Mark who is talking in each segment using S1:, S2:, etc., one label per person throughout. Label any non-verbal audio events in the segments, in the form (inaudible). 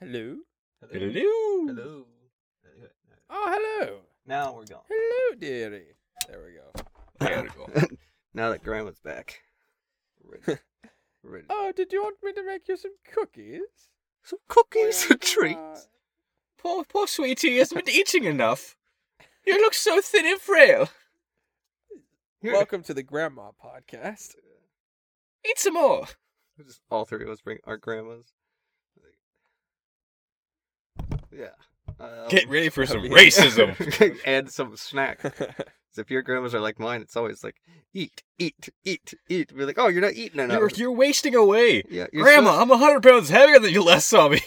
S1: Hello.
S2: Hello. Hello.
S1: Oh, hello.
S2: Now we're gone.
S1: Hello, dearie. There we go.
S2: There
S3: we go.
S2: (laughs) now that Grandma's back. We're ready. We're ready.
S1: Oh, did you want me to make you some cookies?
S3: Some cookies
S1: Well,
S3: and treats.
S1: uh,
S3: Poor, poor sweetie has been eating enough. You look so thin and frail.
S1: (laughs)
S2: Here.
S1: welcome to the Grandma Podcast.
S3: Eat some more.
S2: (laughs) Just all three of us bring our grandmas. Yeah. Um,
S3: Get ready for
S2: (laughs)
S3: some
S1: yeah.
S3: racism.
S2: add some snack. 'Cause if your grandmas are like mine, it's always like eat, eat, eat, eat. We're like, oh, you're not eating enough.
S3: You're, you're wasting away.
S2: yeah, you're
S3: Grandma,
S2: supposed-
S3: I'm a 100 pounds heavier than you last saw me.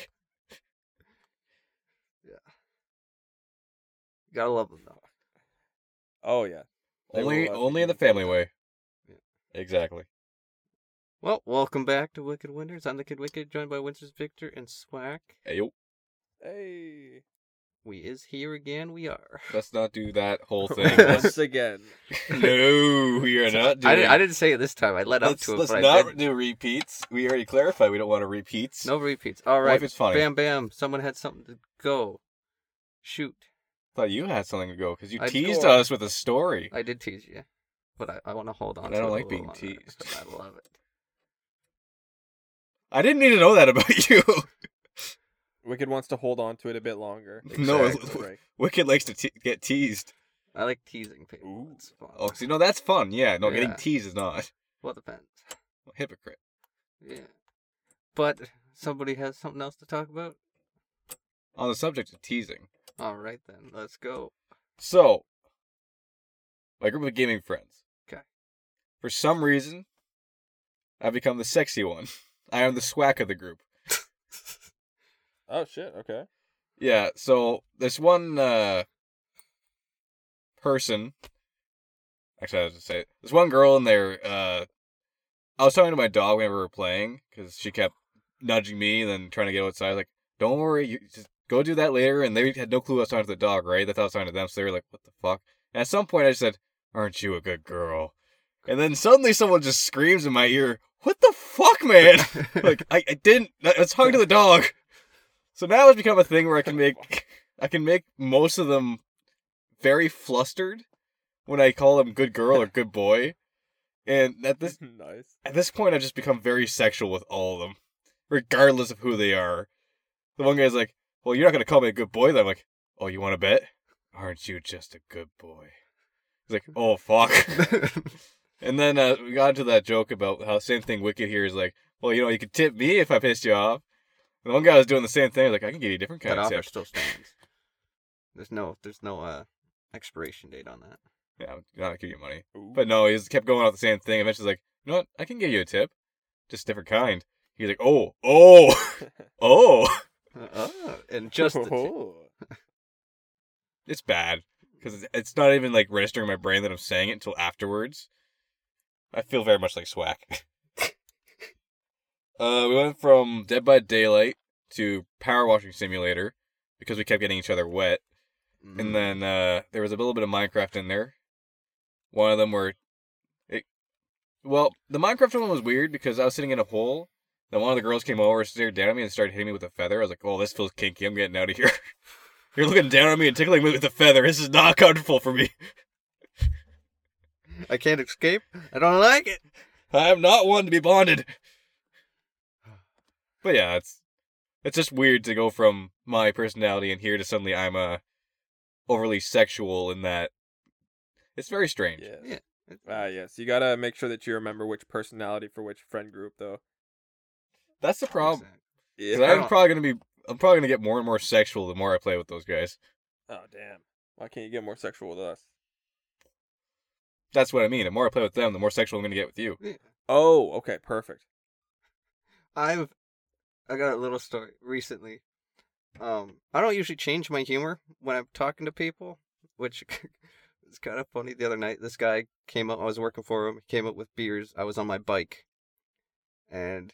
S2: gotta love them though.
S1: (laughs) oh, yeah. They will
S3: Only
S1: love
S3: only
S1: you.
S3: in the family way.
S2: Yeah.
S3: Exactly.
S2: Well, welcome back to Wicked Winters. I'm the Kid Wicked, joined by Winters Victor and Swack.
S3: Hey, yo,
S1: Hey.
S2: We is here again. We are.
S3: let's not do that
S2: (laughs)
S1: (laughs)
S3: whole thing. Let's-
S1: Once again.
S3: (laughs) no, we are not doing
S2: I didn't, I didn't say it this time. I led up
S3: Let's,
S2: to it,
S3: let's
S2: but I
S3: not
S2: didn't.
S3: do repeats. We already clarified we don't want to repeats.
S2: No repeats. All
S3: What
S2: right.
S3: if it's funny?
S2: Bam, bam. Someone had something to go. Shoot.
S3: thought you had something to go because you
S2: I
S3: teased
S2: scored.
S3: us with a story.
S2: I did tease you, but I, I want to hold on.
S3: And
S2: to
S3: I don't
S2: it a
S3: like
S2: little
S3: being
S2: longer.
S3: teased.
S2: I love it.
S3: I didn't need to know that about (laughs) you.
S1: Wicked wants to hold on to it a bit longer.
S3: No,
S1: Take a break.
S3: Wicked likes to te- get teased.
S2: I like teasing people.
S1: Ooh.
S2: It's fun.
S3: Oh, see, no, that's fun. Yeah, no,
S2: Yeah.
S3: getting teased is not. (laughs)
S2: Well, depends.
S3: Hypocrite.
S2: Yeah. But somebody has something else to talk about.
S3: On the subject of teasing,
S2: All right then, let's go.
S3: so my group of gaming friends.
S2: Okay.
S3: For some reason, I've become the sexy one. (laughs) I am the swack of the group.
S1: Oh, shit. Okay.
S3: Yeah, so this one uh person actually I was just say it. this one girl in there uh I was talking to my dog whenever we were playing cuz she kept nudging me and then trying to get outside like don't worry you just go do that later and they had no clue I was talking to the dog right they thought I was talking to them so they were like what the fuck and at some point I said aren't you a good girl and then suddenly someone just screams in my ear what the
S2: (laughs)
S3: fuck (laughs) man like I, I didn't I was talking to the dog so now it's become a thing where i can make i can make most of them very flustered when i call them good girl or good boy and at this
S1: (laughs) nice.
S3: at this point i've just become very sexual with all of them regardless of who they are the one guy's like well you're not going to call me a good boy then i'm like oh you want to bet aren't you just a good boy he's like oh fuck and then uh, we got into that joke about how same thing Wicked here is like, well, you know, you could tip me if I pissed you off. And one guy was doing the same thing. I was like, I can give you a different kind
S2: that
S3: of
S2: offer
S3: tip.
S2: still stands. There's no, there's no uh expiration date on that.
S3: Yeah, I'm not give you money.
S1: Ooh.
S3: But no, he just kept going off the same thing. Eventually, he's like, you know what? I can give you a tip, just different kind. He's like, oh, oh, (laughs) oh.
S2: Oh, and just the two.
S1: (laughs) Oh.
S3: It's bad because it's not even like registering in my brain that I'm saying it until afterwards. I feel very much like Swack. (laughs) uh, we went from Dead by Daylight to Power Washing Simulator because we kept getting each other wet, and then uh, there was a little bit of Minecraft in there. One of them were, it, well, the Minecraft one was weird because I was sitting in a hole. Then one of the girls came over, stared down at me, and started hitting me with a feather. I was like, "Oh, this feels kinky. I'm getting out of here." (laughs) You're looking down on me and tickling me with a feather. This is not comfortable for me. (laughs)
S2: I can't escape. I don't like it.
S3: I am not one to be bonded. (sighs) But yeah, it's it's just weird to go from my personality in here to suddenly I'm uh, overly sexual in that. It's very strange.
S1: Yeah.
S2: Yeah.
S1: Ah, yes. You gotta make sure that you remember which personality for which friend group, though.
S3: That's the problem.
S2: Exact-
S3: 'Cause
S2: I
S3: I'm
S2: don't-
S3: probably gonna be I'm probably gonna get more and more sexual the more I play with those guys.
S1: Oh, damn. Why can't you get more sexual with us?
S3: That's what I mean. The more I play with them, the more sexual I'm gonna get with you.
S1: Oh, okay. Perfect.
S2: I've I got a little story recently. Um, I don't usually change my humor when I'm talking to people, which (laughs) is kind of funny. The other night, this guy came up. I was working for him. He came up with beers. I was on my bike, and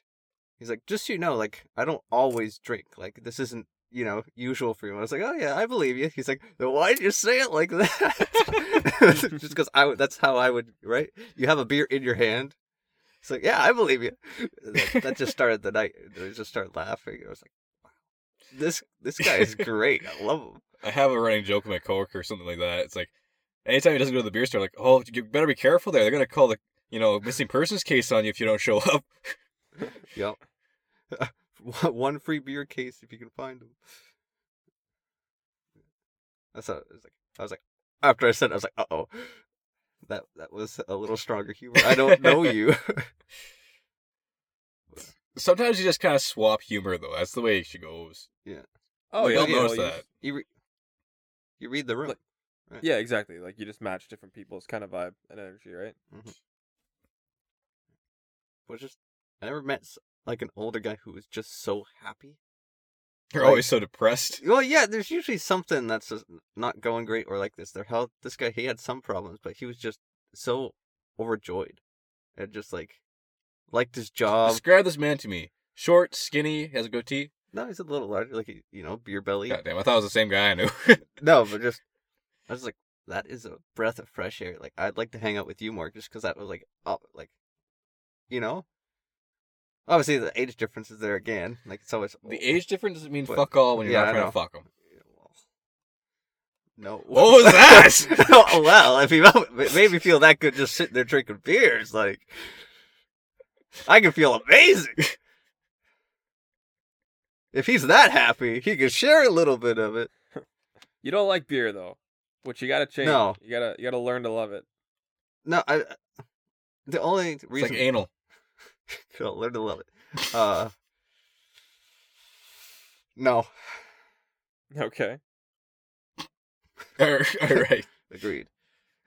S2: he's like, "Just so you know, like I don't always drink. Like this isn't." You know, usual for you. And I was like, "Oh yeah, I believe you." He's like, "Then why did you say it like that?" (laughs) Just because I would—that's how I would, right? You have a beer in your hand. It's like, "Yeah, I believe you." That, that just started the night. They just started laughing. I was like, this this guy is great. I love him.
S3: I have a running joke with my coworker or something like that. It's like anytime he doesn't go to the beer store, like, oh, you better be careful there. They're gonna call the you know missing persons case on you if you don't show (laughs) up.
S2: Yep. (laughs) One free beer case if you can find them. That's how it was like. I was like, after I said, it, I was like, uh oh, that that was a little stronger humor. I don't know you. (laughs)
S3: Sometimes you just kind of swap humor though. That's the way she goes.
S1: Oh
S3: We
S1: yeah,
S3: all
S1: yeah,
S3: notice
S1: well, you-
S3: that.
S2: you re- you read the room.
S1: Like- (laughs) Yeah, exactly. Like you just match different people's kind of vibe and energy, right?
S2: was just I never met s- like an older guy who was just so happy.
S3: You're
S2: Like-
S3: always so depressed.
S2: Well, yeah, there's usually something that's just not going great or like this. Their health. This guy he had some problems, but he was just so overjoyed and just like liked his job.
S3: Describe this man to me. Short, skinny, has a goatee.
S2: No, he's a little larger, like he- you know, beer belly.
S3: God damn, I thought it was the same guy I knew. (laughs)
S2: No, but just I was like, that is a breath of fresh air. Like I'd like to hang out with you more, just because that was like, oh, like, you know. Obviously, the age difference is there again. Like it's always oh,
S3: the age difference doesn't mean
S2: But-
S3: fuck all when you're
S2: yeah,
S3: not
S2: I
S3: trying
S2: know.
S3: to fuck him.
S2: No.
S3: What was
S2: (laughs)
S3: that?
S2: Oh, well, if you it made me feel that good just sitting there drinking beers, like I can feel
S3: (laughs)
S2: amazing. If he's that happy, he can share a little bit of it.
S1: You don't like beer though, which you gotta change.
S2: No.
S1: you gotta you gotta learn to love it. (laughs)
S2: No, I. uh, The only
S3: It's like
S2: reason (laughs)
S3: anal. (laughs)
S2: Cool, learn to love it. Uh, no,
S1: Okay.
S2: (laughs)
S3: all right.
S2: agreed.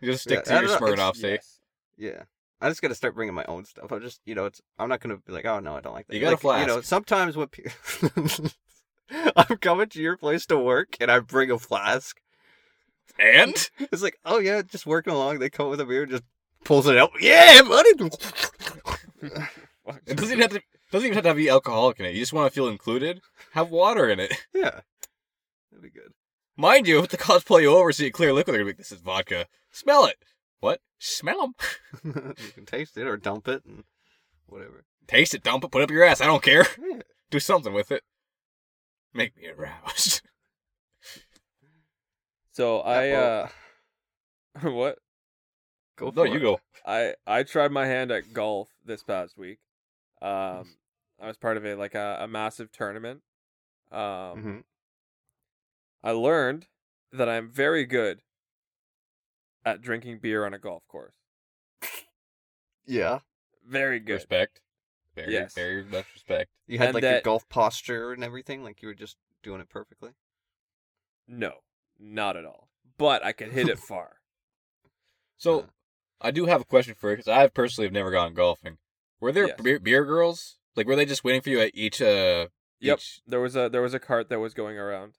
S3: You just stick
S2: Yeah, I
S3: to your
S2: don't know, it's-
S3: Smirnoff steak.
S1: Yes. (laughs)
S2: Yeah. I just gotta start bringing my own stuff. I just, you know, it's I'm not gonna be like, oh no, I don't like that.
S3: You got a
S2: like, You know,
S3: flask.
S2: sometimes when pe- (laughs) I'm coming to your place to work and I bring a flask,
S3: And?
S2: it's like, oh yeah, just working along. They come with a beer, and just pulls it out. Yeah, buddy. (laughs)
S1: Fuck.
S3: It doesn't even have to doesn't even have to be alcoholic in it. You just want to feel included. Have water in it. (laughs)
S2: yeah, that'd be good. (laughs)
S3: Mind you, if the cops pull you over, see a clear liquid, they're gonna be like, "This is vodka. Smell it." What? Smell 'em. (laughs)
S2: you can taste it or dump it and whatever.
S3: Taste it. Dump it. Put it up your ass. I don't care. (laughs)
S2: Yeah.
S3: Do something with it. Make me aroused. (laughs)
S1: So I uh, (laughs) what
S2: Go
S3: no,
S2: for
S3: you
S2: it.
S3: go.
S1: I I tried my hand at golf this past week. Um, I was part of a like a, a massive tournament. Um,
S3: Mm-hmm.
S2: Mhm.
S1: I learned that I'm very good at drinking beer on a golf course.
S2: Yeah,
S1: Very good.
S3: Respect. Very,
S1: Yes.
S3: very much respect.
S2: you had
S1: And
S2: like your
S1: that-
S2: golf posture and everything. Like you were just doing it perfectly.
S1: No, not at all. But I could hit
S3: (laughs)
S1: it far.
S3: So,
S2: Uh.
S3: I do have a question for you because I personally have never gone golfing. Were there
S1: Yes.
S3: beer, beer girls? Like, were they just waiting for you at each? uh
S1: Yep.
S3: Each...
S1: There was a there was a cart that was going around.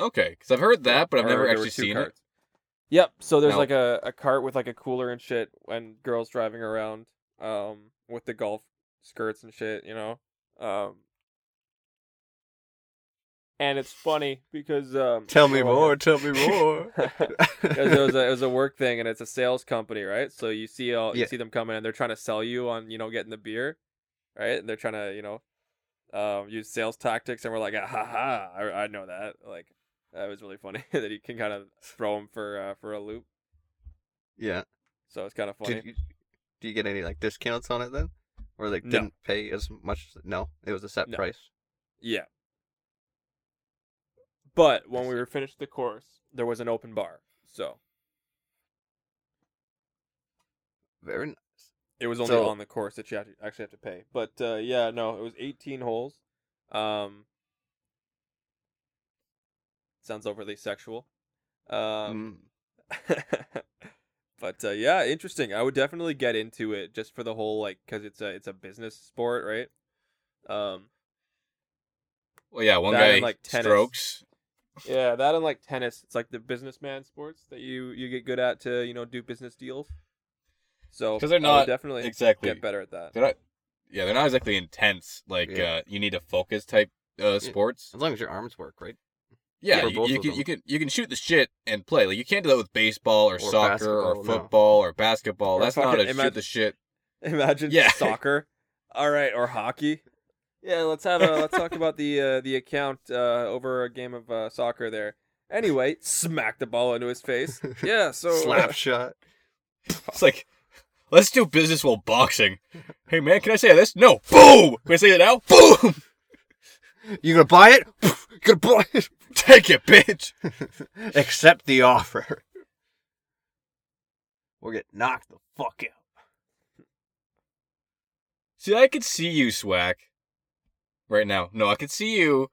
S3: Okay, because I've heard that, but I've
S1: Or
S3: never
S1: there were
S3: actually
S1: two
S3: seen
S1: carts. Yep. So there's
S3: No.
S1: like a, a cart with like a cooler and shit, and girls driving around, um, with the golf skirts and shit, you know, um. And it's funny because um, (laughs)
S2: Tell me
S1: so, like,
S2: more. Tell me more.
S1: it was, it
S2: (laughs)
S1: was a, it was a work thing, and it's a sales company, right? So you see all
S2: Yeah.
S1: you see them coming, and they're trying to sell you on you know getting the beer, right? And they're trying to you know um, use sales tactics, and we're like, ah, ha ha, I, I know that. Like that was really funny (laughs) that he can kind of throw him for uh, for a loop.
S2: yeah.
S1: So it's kind of funny.
S2: Did you, do you get any like discounts on it then, or like
S1: No.
S2: didn't pay as much? No, it was a set
S1: No.
S2: price.
S1: Yeah. But when we were finished the course, there was an open bar, so
S2: Very nice.
S1: It was only
S2: So-
S1: on the course that you act- actually have to pay. But uh, yeah, no, it was 18 holes. Um, sounds overly sexual. Um,
S2: Mm.
S1: Mm. (laughs) but uh, yeah, interesting. I would definitely get into it just for the whole like because it's a it's a business sport, right? Um,
S3: Well, yeah, one
S1: That
S3: guy
S1: and, like, tennis.
S3: strokes.
S1: yeah, that and like tennis, it's like the businessman sports that you you get good at to you know do business deals. So
S3: 'Cause they're
S1: I would
S3: not
S1: definitely
S3: exactly.
S1: get better at that.
S3: They're not. Yeah, they're not exactly intense. Like
S2: Yeah.
S3: uh, you need a focus type uh, sports.
S2: As long as your arms work, right?
S3: Yeah,
S2: For
S3: you,
S2: both
S3: you
S2: of
S3: can
S2: them.
S3: you can you can shoot the shit and play. Like you can't do that with baseball or,
S2: Or
S3: soccer
S2: basketball,
S3: or
S2: no.
S3: football or basketball.
S1: Or
S3: That's not how
S1: fucking
S3: to shoot
S1: imagine-
S3: the shit.
S1: Imagine
S3: Yeah.
S1: soccer, all right, or hockey. Yeah, let's have
S3: (laughs)
S1: a let's talk about the uh, the account uh, over a game of uh, soccer there. Anyway, smack the ball into his
S3: (laughs)
S1: face. Yeah, so
S2: Slap
S1: (laughs)
S2: shot.
S3: It's like, let's do business while boxing. Hey man, can I say this? No. Boom. Can I say it now? Boom. (laughs)
S2: You gonna buy it? (laughs) You gonna buy it? (laughs)
S3: Take it, bitch.
S2: Accept the offer. (laughs) We'll get knocked the fuck out.
S3: See, I could see you, Swack, right now. No, I could see you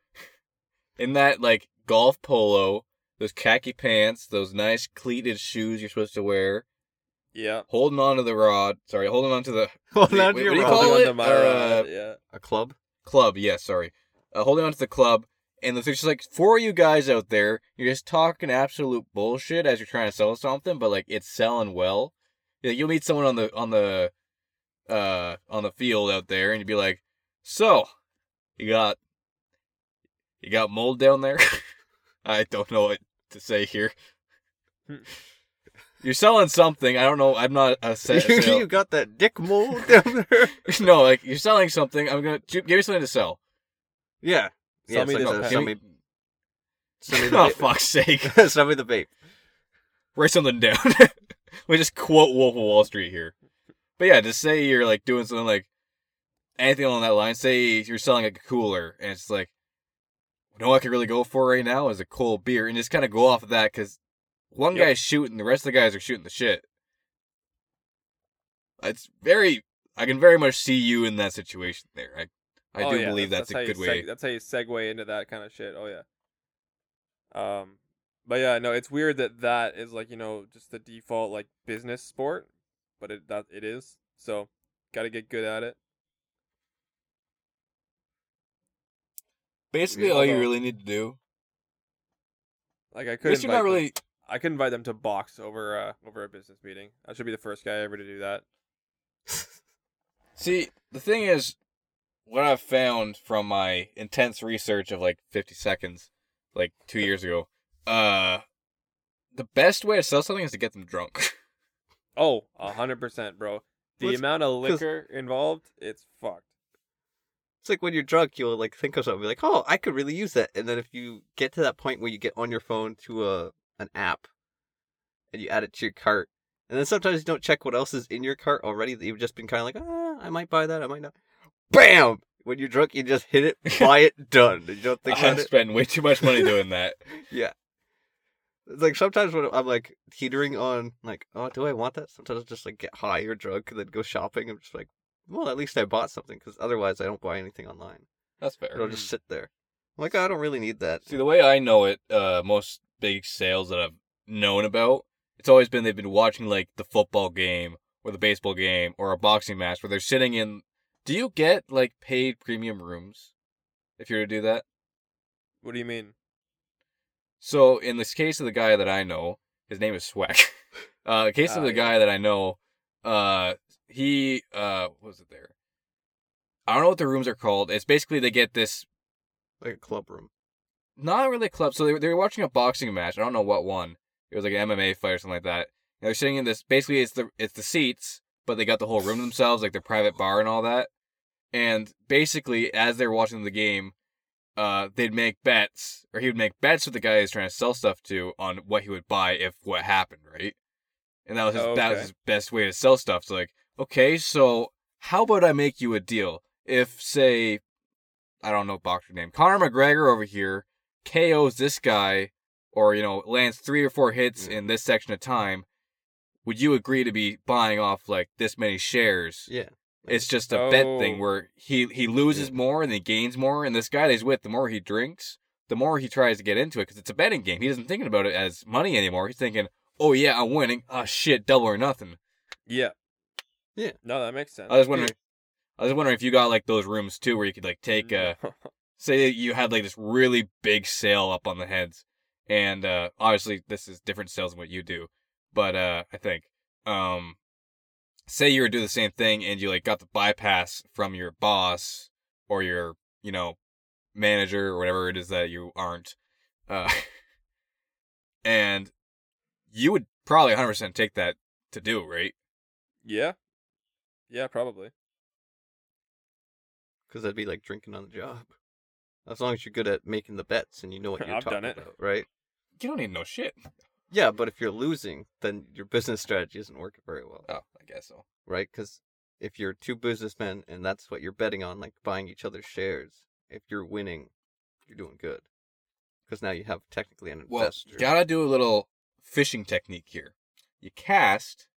S3: in that like golf polo, those khaki pants, those nice cleated shoes you're supposed to wear,
S1: yeah.
S3: holding on to the rod. Sorry, holding on to the
S2: Hold
S3: Wait,
S2: on to
S3: wait,
S2: your
S3: what do you
S2: rod.
S3: call
S1: Holding
S3: it?
S1: onto my
S3: Uh,
S1: rod, yeah.
S2: A club?
S3: club. Yes, sorry, uh, holding on to the club. And there's just like four of you guys out there. You're just talking absolute bullshit as you're trying to sell something, but like it's selling well. Yeah, you'll meet someone on the on the uh on the field out there, and you'd be like, "So, you got you got mold down there." (laughs) I don't know what to say here.
S1: Hmm.
S3: You're selling something. I don't know. I'm not a
S2: (laughs)
S3: sa-
S2: you,
S3: sale-
S2: you got that dick mold (laughs) down there?
S3: (laughs) no, like you're selling something. I'm gonna give me something to sell.
S2: Yeah.
S1: Sell
S2: Yeah,
S1: me
S2: it's
S1: this
S2: like
S1: pack.
S2: a- Sell me- sell me the
S3: (laughs) oh
S2: vape.
S3: fuck's sake!
S2: (laughs) Sell me the vape.
S3: Write something down. (laughs) we just quote Wolf of Wall Street here. But yeah, just say you're like doing something like anything along that line. Say you're selling like a cooler, and it's like, you know what I could really go for right now is a cold beer, and just kind of go off of that because one
S1: Yep.
S3: guy's shooting, the rest of the guys are shooting the shit. It's very. I can very much see you in that situation there. I, I
S1: Oh,
S3: do
S1: yeah,
S3: believe that's,
S1: how
S3: a
S1: you
S3: good
S1: seg-
S3: way.
S1: that's how you segue into that kind of shit. Oh yeah. Um, but yeah, no, it's weird that that is like you know just the default like business sport, but it that it is. So got to get good at it.
S3: Basically,
S2: Yeah,
S3: all you
S2: although-
S3: really need to do.
S1: Like I
S3: I
S1: could
S3: guess you're
S1: invite
S3: not
S1: them-
S3: really.
S1: I could invite them to box over uh over a business meeting. I should be the first guy ever to do that.
S3: See, the thing is, what I've found from my intense research of like 50 seconds, like two years ago, uh, the best way to sell something is to get them drunk. (laughs)
S1: Oh, a hundred percent, bro. The
S2: Let's-
S1: amount of
S2: 'cause-
S1: liquor involved, it's fucked.
S2: It's like when you're drunk, you'll like think of something, be like, "Oh, I could really use that." And then if you get to that point where you get on your phone to a an app, and you add it to your cart, and then sometimes you don't check what else is in your cart already that you've just been kind of like, "Ah, I might buy that, I might not." Bam! When you're drunk, you just hit (laughs) it, buy it, done. You don't think about
S3: I've
S2: it.
S3: spent way too much money doing that.
S2: Yeah. It's like sometimes when I'm like teetering on like, oh, do I want that? Sometimes I just like get high or drunk and then go shopping. I'm just like, well, at least I bought something because otherwise I don't buy anything online.
S3: (laughs) That's
S2: It'll
S3: fair.
S2: just sit there. I'm like, I don't really need that.
S3: See, the way I know it, uh, most big sales that I've known about, it's always been they've been watching like the football game or the baseball game or a boxing match where they're sitting in. Do you get like paid premium rooms if you're to do that?
S1: What do you mean?
S3: So in this case of the guy that I know, his name is Sweck. (laughs) Uh, the case of
S1: Ah,
S3: the
S1: yeah.
S3: guy that I know, uh, he uh, what was it there? I don't know what the rooms are called. It's basically they get this
S2: Like a club room.
S3: not really a club. So they were, they were watching a boxing match. I don't know what one. It was like an MMA fight or something like that. And they're sitting in this. Basically, it's the it's the seats, but they got the whole room to themselves, like their private bar and all that. And basically, as they're watching the game, uh, they'd make bets, or he would make bets with the guy he's trying to sell stuff to on what he would buy if what happened, right? And that was his, that was
S1: Okay.
S3: his best way to sell stuff. So like, okay, so how about I make you a deal? If say, I don't know boxer name, Conor McGregor over here KO's this guy, or you know lands three or four hits
S2: Yeah.
S3: in this section of time, would you agree to be buying off like this many shares?
S2: Yeah.
S3: It's just a bet
S1: Oh.
S3: thing where he he loses
S2: Yeah.
S3: more and he gains more, and this guy that he's with, the more he drinks, the more he tries to get into it because it's a betting game. He isn't thinking about it as money anymore. He's thinking, "Oh yeah, I'm winning. Ah shit, double or nothing."
S1: Yeah.
S2: Yeah.
S1: No, that makes sense.
S3: I was wondering, I was wondering if you got like those rooms too where you could like take
S1: (laughs)
S3: uh say you had like this really big sale up on the heads and uh obviously this is different sales than what you do but uh i think um say you were to do the same thing and you like got the bypass from your boss or your you know manager or whatever it is that you aren't uh (laughs) and you would probably 100% take that to do right
S1: Yeah. Yeah, probably.
S2: because that'd be like drinking on the job. As long as you're good at making the bets and
S1: (laughs)
S2: you know what you're
S1: I've done
S2: talking
S1: it.
S2: about, right?
S3: You don't even know shit.
S2: Yeah, but if you're losing, then your business strategy isn't working very well,
S3: Oh, I guess so.
S2: right? Because if you're two businessmen and that's what you're betting on, like buying each other's shares, if you're winning, you're doing good. Because now you have technically an
S3: Well,
S2: investor.
S3: you gotta do a little fishing technique here. You cast,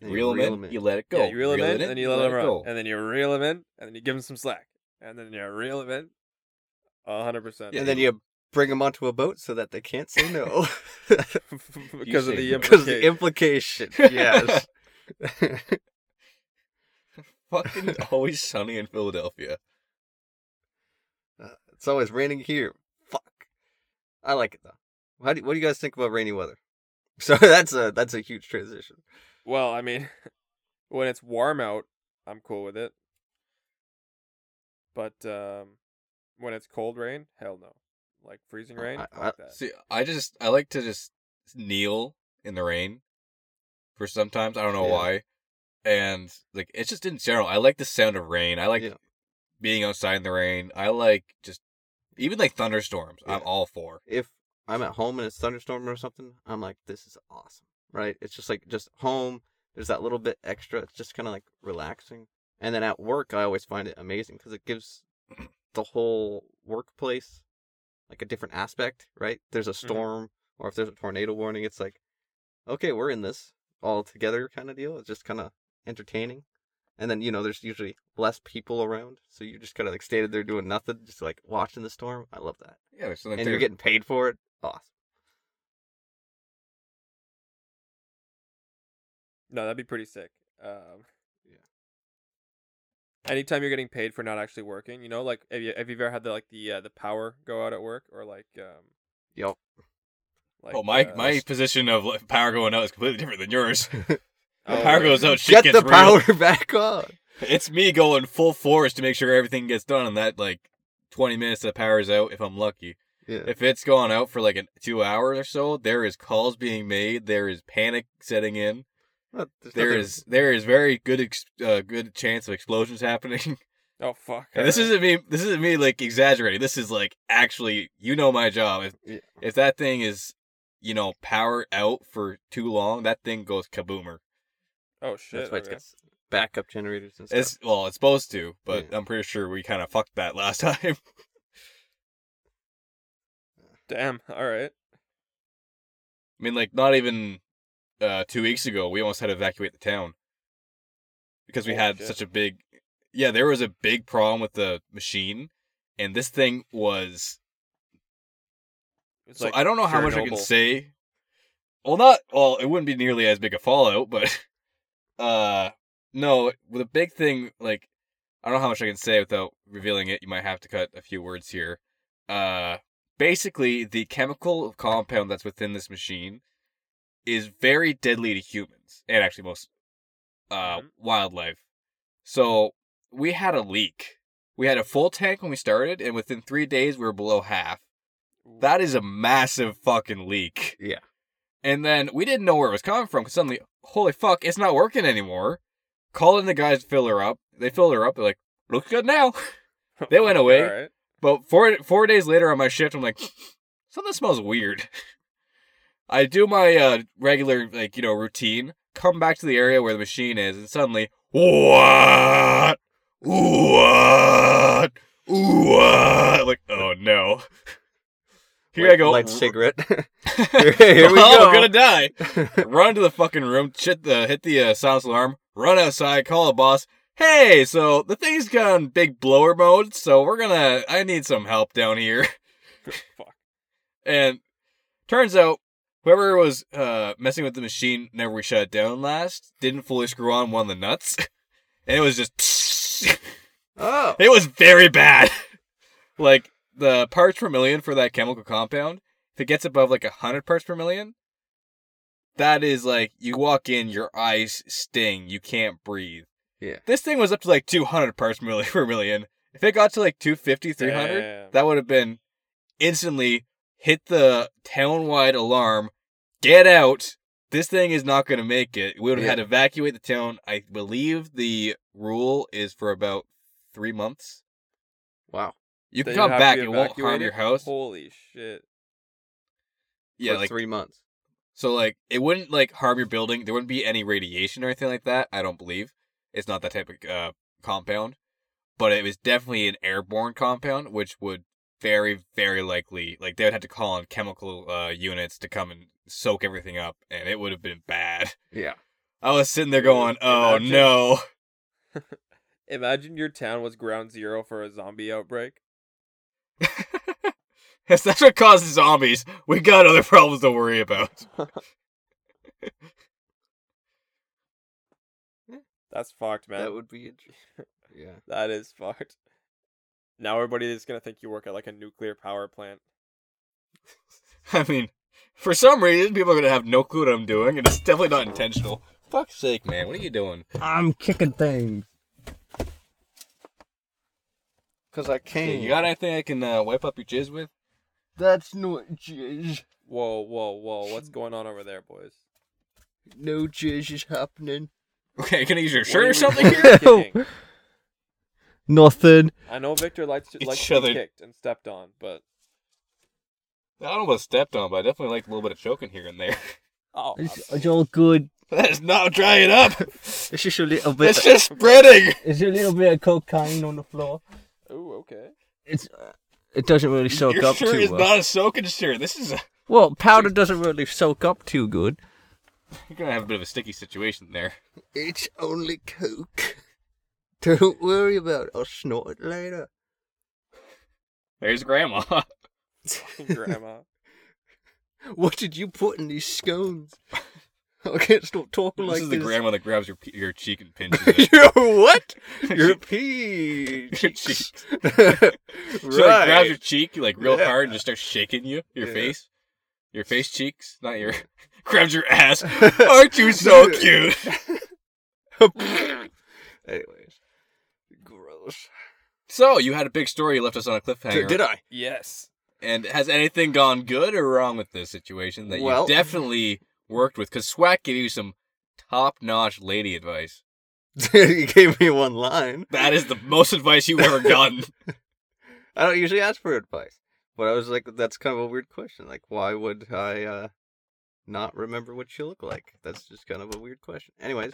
S2: and
S3: reel
S2: you reel
S3: them
S2: 'em
S3: in, you let it go.
S1: Yeah, you reel him in, and you let him
S3: it
S1: run,
S3: go.
S1: and then you reel him in, and then you give him some slack, and then you reel him in. hundred percent.
S3: Yeah,
S2: and
S1: (laughs)
S2: then you bring them onto a boat so that they can't say
S3: (laughs)
S2: no (laughs)
S1: because of
S3: say-
S1: the
S2: because the
S1: implication.
S3: (laughs)
S2: implication. Yes.
S3: (laughs)
S2: (laughs)
S3: Fucking
S1: (laughs)
S3: always sunny in Philadelphia.
S2: Uh, it's always raining here. Fuck. I like it though. How do, what do you guys think about rainy weather? (laughs) So that's a that's a huge transition.
S1: well, I mean, (laughs) when it's warm out, I'm cool with it. But um, when it's cold rain, hell no. Like freezing
S2: Oh,
S1: rain,
S2: I-
S1: fuck that.
S3: See, I just I like to just kneel in the rain for sometimes. I don't know
S2: Yeah.
S3: why. And like it's just in general. I like the sound of rain. I like
S2: Yeah.
S3: being outside in the rain. I like just even like thunderstorms. I'm
S2: Yeah.
S3: all for.
S2: If I'm at home and it's thunderstorm or something, I'm like, this is awesome, right? It's just like just home. There's that little bit extra. It's just kind of like relaxing. And then at work, I always find it amazing because it gives the whole workplace like a different aspect, right? There's a storm, or if there's a tornado warning, it's like, okay, we're in this all together kind of deal. It's just kind of entertaining. And then, you know, there's usually less people around. So you're just kind of like stated there doing nothing, just like watching the storm. I love that.
S3: Yeah, there's something
S2: And you're
S3: there.
S2: getting paid for it.
S3: (laughs)
S2: Awesome.
S1: No, that'd be pretty sick. Um,
S2: Yeah.
S1: Anytime you're getting paid for not actually working, you know, like have you have you ever had the like the uh, the power go out at work or like um
S2: Yep.
S1: like
S3: oh, my
S1: uh,
S3: (laughs) my position of like, power going out is completely different than yours.
S2: (laughs)
S1: oh,
S3: power goes out, shit
S2: Get
S3: gets
S2: the
S3: real.
S2: power (laughs) back on.
S3: It's me going full force to make sure everything gets done in that like 20 minutes that power's out if I'm lucky.
S2: Yeah.
S3: If it's going out for like an, two hours or so, there is calls being made, there is panic setting in.
S2: Well, there's
S3: There
S2: nothing-
S3: is there is very good ex- uh, good chance of explosions happening. (laughs)
S1: Oh fuck.
S3: And this
S1: alright.
S3: isn't me this isn't me like exaggerating. This is like actually you know my job. If,
S2: Yeah.
S3: if that thing is you know powered out for too long, that thing goes kaboomer. (laughs)
S1: Oh shit.
S2: That's why it's
S1: okay.
S2: got backup generators and stuff.
S3: It's well, it's supposed to, but
S2: Yeah.
S3: I'm pretty sure we kind of fucked that (laughs) last time.
S1: Damn. All right.
S3: I mean, like not even uh, two weeks ago, we almost had to evacuate the town because we
S1: Holy
S3: had
S1: shit.
S3: such a big. Yeah, there was a big problem with the machine, and this thing was.
S1: It's
S3: So
S1: like
S3: I don't know how much I can
S1: Chernobyl.
S3: say. Well, not well. It wouldn't be nearly as big a fallout, but (laughs) uh, no. The big thing, like, I don't know how much I can say without revealing it. You might have to cut a few words here. Uh, basically, the chemical compound that's within this machine is very deadly to humans and actually most uh,
S1: Mhm.
S3: wildlife. So we had a leak. We had a full tank when we started, and within three days we were below half.
S1: (laughs)
S3: That is a massive fucking leak.
S2: Yeah.
S3: And then we didn't know where it was coming from because suddenly, holy fuck, it's not working anymore. Call in the guys to fill her up. They filled her up. They're like, looks good now. they went away.
S1: All right.
S3: But four four days later on my shift, I'm like, something smells weird. I do my uh, regular like you know routine. Come back to the area where the machine is, and suddenly, what? What? What? I'm Like, oh no! (laughs) Here I
S2: Light-
S3: go.
S2: Light
S3: (laughs)
S2: cigarette. (laughs) here we
S3: Oh,
S2: go.
S3: I'm gonna die. Run into the fucking room. Shit the hit the uh, silence alarm. Run outside. Call a boss. Hey, so the thing's gone big blower mode. So we're gonna. I need some help down here. (laughs)
S1: Fuck.
S3: And turns out whoever was uh, messing with the machine whenever we shut it down last didn't fully screw on one of the nuts. (laughs) and it was just.
S2: (laughs)
S3: (laughs)
S2: oh.
S3: it was very bad. (laughs) like, the parts per million for that chemical compound, if it gets above like 100 parts per million, that is like you walk in, your eyes sting, you can't breathe.
S2: Yeah.
S3: This thing was up to like 200 parts per million- (laughs) per million. If it got to like 250, 300,
S1: Damn.
S3: that would have been instantly hit the town-wide alarm. Get out. This thing is not going to make it. We would have had to evacuate the town. I believe the rule is for about three months.
S2: Wow.
S3: You
S1: that you
S3: can come
S1: have to
S3: back.
S1: be
S3: It won't harm your
S1: evacuated?
S3: house.
S1: Holy shit.
S3: Yeah,
S2: For
S3: like
S2: three months.
S3: so, like it wouldn't like harm your building. There wouldn't be any radiation or anything like that. I don't believe it's not that type of uh, compound, but it was definitely an airborne compound, which would very, very likely like they would have to call in chemical uh, units to come and soak everything up, and it would have been bad. (laughs)
S2: Yeah.
S3: I was sitting there going, "Oh
S1: Imagine.
S3: no." (laughs)
S1: Imagine your town was ground zero for a zombie outbreak.
S3: Yes, that's what causes zombies. We got other (laughs) problems to worry about.
S1: That's fucked, man.
S2: That would be interesting. (laughs) Yeah.
S1: that is fucked. Now everybody is gonna think you work at like a nuclear power plant.
S3: (laughs) I mean, for some reason, people are gonna have no clue what I'm doing, and it's definitely not intentional. Fuck's sake, man! What are you doing?
S4: I'm kicking things.
S2: Cause I can't.
S3: you got anything I can uh, wipe up your jizz with? (laughs)
S4: That's not jizz.
S1: Whoa, whoa, whoa!
S3: (laughs)
S1: What's going on over there, boys?
S4: No jizz is happening.
S3: Okay, you gonna use your
S1: What
S3: shirt
S1: are
S3: or
S1: you
S3: something?
S1: guys kicking?
S4: Nothing.
S1: I know Victor likes to,
S3: (laughs) Each
S1: likes to
S3: other.
S1: be kicked and stepped on, but
S3: I don't know about stepped on, but I definitely like a little bit of choking here and there. (laughs)
S1: oh,
S4: It's, it's all good.
S3: that is not drying up.
S4: It's just a little bit.
S3: It's just spreading.
S4: It's a little bit of cocaine on the floor.
S1: ooh,
S3: (laughs)
S1: okay. (laughs)
S4: It's. Uh, it doesn't really soak
S3: your
S4: up
S3: shirt
S4: too
S3: is
S4: well.
S3: not a soaking shirt. This is a... (laughs)
S4: well, powder doesn't really soak up too good.
S3: you're gonna have a bit of a sticky situation there.
S2: It's only coke. (laughs) Don't worry about it. I'll snort it later.
S3: There's grandma. (laughs)
S1: Grandma.
S2: What did you put in these scones? (laughs) I can't stop talking
S3: this
S2: like
S3: is the
S2: this.
S3: grandma that grabs your pe- your cheek
S2: (laughs)
S3: and pinches it.
S2: Yo, what?
S3: (laughs)
S2: Your pee cheeks. (laughs) right. (laughs)
S3: She like grabs your cheek like real
S2: Yeah.
S3: hard and just starts shaking you, your
S2: Yeah.
S3: face, your face cheeks, not your. (laughs) grabs your ass.
S2: (laughs)
S3: Aren't you so cute?
S2: Anyways, gross.
S3: So you had a big story. You left us on a cliffhanger.
S2: Did, did I?
S1: yes.
S3: And has anything gone good or wrong with this situation that
S2: Well-
S3: you definitely worked with? Because Swack gave you some top-notch lady advice.
S2: (laughs) you gave me one line.
S3: That is the most advice you've ever gotten.
S2: (laughs) I don't usually ask for advice, but I was like, that's kind of a weird question. Like, why would I uh, not remember what she looked like? That's just kind of a weird question. Anyways,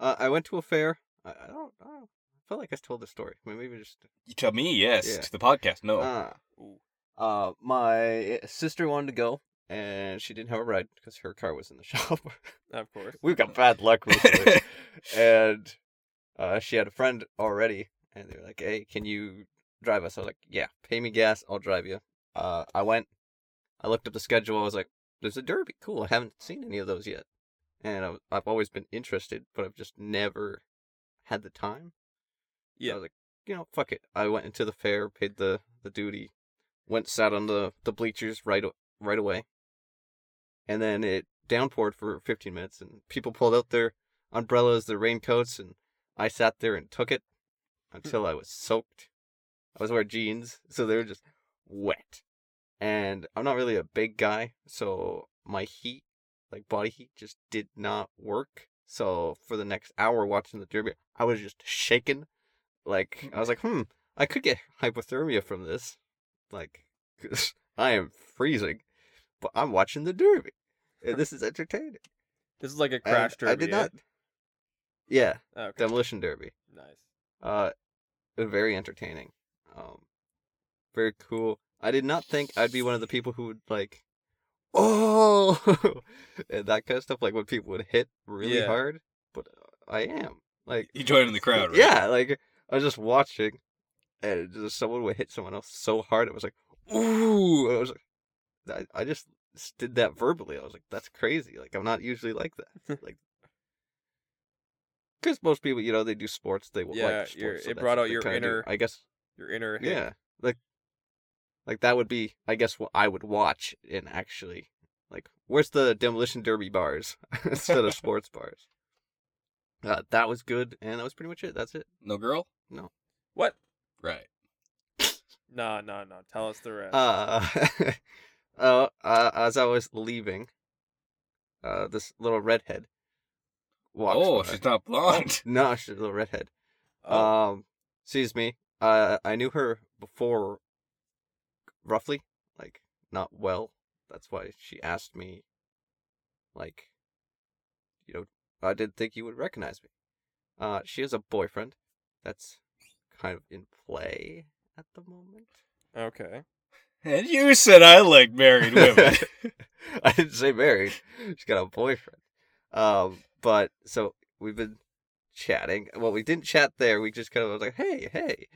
S2: uh, I went to a fair. I, I don't. I don't. I felt like I told the story. Maybe we just.
S3: to me, yes.
S2: Yeah.
S3: To the podcast, no. (laughs)
S2: Ah.
S1: Ooh.
S2: Uh, my sister wanted to go, and she didn't have a ride because her car was in the (laughs) shop.
S1: Of course.
S2: We've got bad luck recently. and uh, she had a friend already, and they were like, "Hey, can you drive us?" I was like, "Yeah, pay me gas, I'll drive you." Uh, I went. I looked up the schedule. I was like, "There's a derby. Cool. I haven't seen any of those yet." And I've, I've always been interested, but I've just never had the time. So I
S3: (laughs)
S1: Yeah.
S2: was like, you know, fuck it. I went into the fair, paid the the duty, went sat on the the bleachers right a- right away, and then it downpoured for 15 minutes, and people pulled out their umbrellas, their raincoats, and I sat there and took it until I was soaked. I was wearing jeans, so they were just wet. And I'm not really a big guy, so my heat, like body heat, just did not work. So for the next hour watching the derby, I was just shaking. Like I was like, hmm, I could get hypothermia from this. Like, (laughs) 'cause I am freezing, but I'm watching the derby. And this is entertaining.
S1: This is like a
S2: And
S1: crash derby.
S2: I did
S1: eh?
S2: not. Yeah,
S1: Oh, okay.
S2: demolition derby.
S1: Nice.
S2: Uh, very entertaining. Um, very cool. I did not think I'd be one of the people who would like, (laughs) oh, (laughs) and that kind of stuff. Like when people would hit really
S1: Yeah.
S2: hard, but uh, I am like,
S3: You joined in the crowd, right?
S2: yeah, like I was just watching, and just someone would hit someone else so hard it was like, ooh, and I was like, I, I just did that verbally. I was like, that's crazy. Like I'm not usually like
S1: (laughs)
S2: that. Like. Because most people, you know, they do sports. They will
S1: Yeah,
S2: like sports.
S1: your-
S2: so
S1: it
S2: that's
S1: brought out
S2: what they
S1: your
S2: kinda do.
S1: inner-
S2: I guess
S1: Your inner hit.
S2: yeah like like that would be i guess what i would watch and actually like where's the demolition derby bars (laughs) instead
S1: (laughs)
S2: of sports bars uh, that was good and that was pretty much it that's it
S3: No girl.
S1: What?
S3: Right.
S1: No, no, no. Tell us the rest.
S2: uh, (laughs) uh, uh as i was leaving uh this little redhead walks
S3: Oh,
S2: by.
S3: she's
S2: (laughs)
S3: not (laughs) blonde.
S2: no she's a little redhead
S1: oh,
S2: um sees me uh i knew her before, roughly, like not well. That's why she asked me, like, you know, I didn't think you would recognize me. Uh, she has a boyfriend that's kind of in play at the moment.
S1: Okay.
S3: And you said I like married
S2: (laughs)
S3: women.
S2: I didn't say married. She's got a boyfriend. Um, but so we've been chatting. Well, we didn't chat there. We just kind of was like, hey, hey.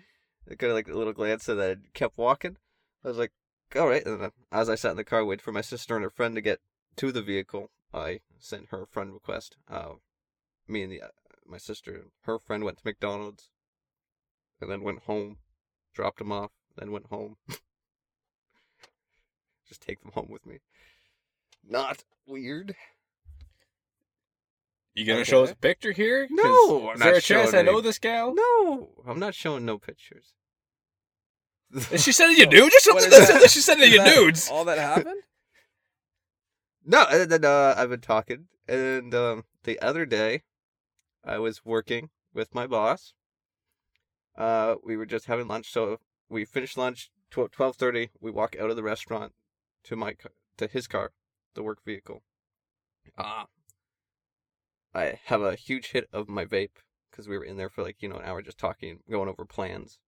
S2: Kind of like a little glance and then kept walking. I was like, all right. And then as I sat in the car, waiting for my sister and her friend to get to the vehicle, I sent her a friend request. Uh, me and the, uh, my sister and her friend went to McDonald's and then went home, dropped them off, then went home. just take them home with me. Not weird.
S3: you gonna
S1: Okay.
S3: show us a picture here? 'Cause
S2: No, I'm
S3: Is there
S2: not
S3: a chance
S2: showing
S3: I know
S2: any.
S3: this gal?
S2: No, I'm not showing no pictures. (laughs)
S3: And She said that you knew. Just
S1: What
S3: something
S1: is
S3: that
S1: that?
S3: said (laughs) that she said that
S1: Is
S2: (laughs)
S3: you
S1: that
S3: nudes.
S1: All that happened?
S2: no, and then uh, I've been talking, and um, the other day, I was working with my boss. Uh, we were just having lunch, so we finished lunch tw- twelve thirty. We walk out of the restaurant to my ca- to his car, the work vehicle. Ah, I have a huge hit of my vape because we were in there for like you know an hour just talking, going over plans.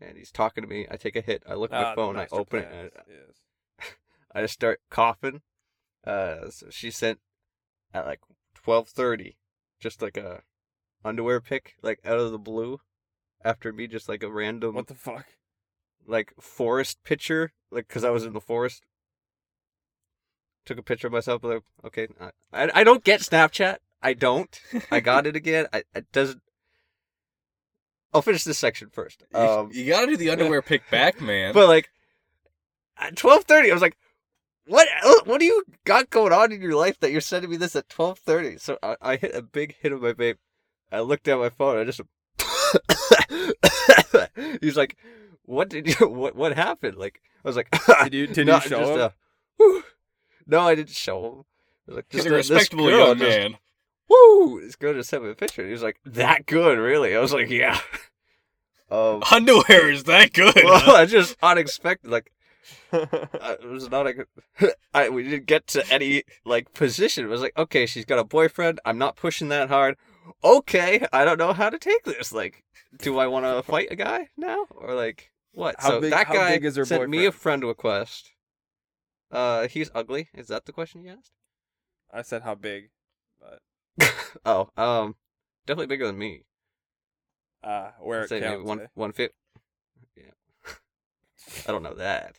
S2: And he's talking to me. I take a hit. I look at my
S1: Ah, the
S2: phone. I
S1: master
S2: open it.
S1: plans.
S2: and I-
S1: Yes.
S2: I just start coughing. Uh, so she sent at like twelve thirty, just like a underwear pic, like out of the blue, after me, just like a random
S1: What the fuck?
S2: (laughs) like forest picture, like because I was in the forest. Took a picture of myself. Like, okay, I, I I don't get Snapchat. I don't.
S1: (laughs)
S2: I got it again. I it doesn't. I'll finish this section first.
S3: (laughs)
S2: Um,
S3: You- you, gotta do the underwear pick back, man.
S2: But like at twelve thirty, I was like, "What? What do you got going on in your life that you're sending me this at twelve thirty? So I, I hit a big hit of my vape. I looked at my phone. I just (coughs) he's like, "What did you? (laughs) What? What happened?" Like I was like, (laughs)
S1: Did you did
S2: "No,
S1: you show
S2: just,
S1: him?
S2: uh, whew." (sighs) no, I didn't show him. I was like,
S3: He's
S2: just
S3: a
S2: uh, this
S3: respectable
S2: girl (laughs)
S3: young
S2: just-
S3: man.
S2: Woo! This girl just sent me a picture. He was like, "That good, really?" I was like, "Yeah." (laughs)
S3: (laughs)
S2: Um, (laughs)
S3: Underwear is that good?
S2: well, I just unexpected. Like (laughs) I- Uh, it was not like (laughs) I we didn't get to any like position. It was like, okay, she's got a boyfriend. I'm not pushing that hard. Okay, I don't know how to take this. Like, do I
S1: (laughs)
S2: want to fight a guy now or like what?
S1: How
S2: so
S1: big-
S2: that
S1: how
S2: guy
S1: big is her
S2: sent me a
S1: boyfriend?
S2: friend request. Uh, he's ugly. Is that the question you asked?
S1: I said how big, but
S2: (laughs) Oh, um, definitely bigger than me.
S1: uh, where it
S2: Say maybe
S1: counts.
S2: one
S1: eh?
S2: one fifty. Yeah, (laughs) I don't know that,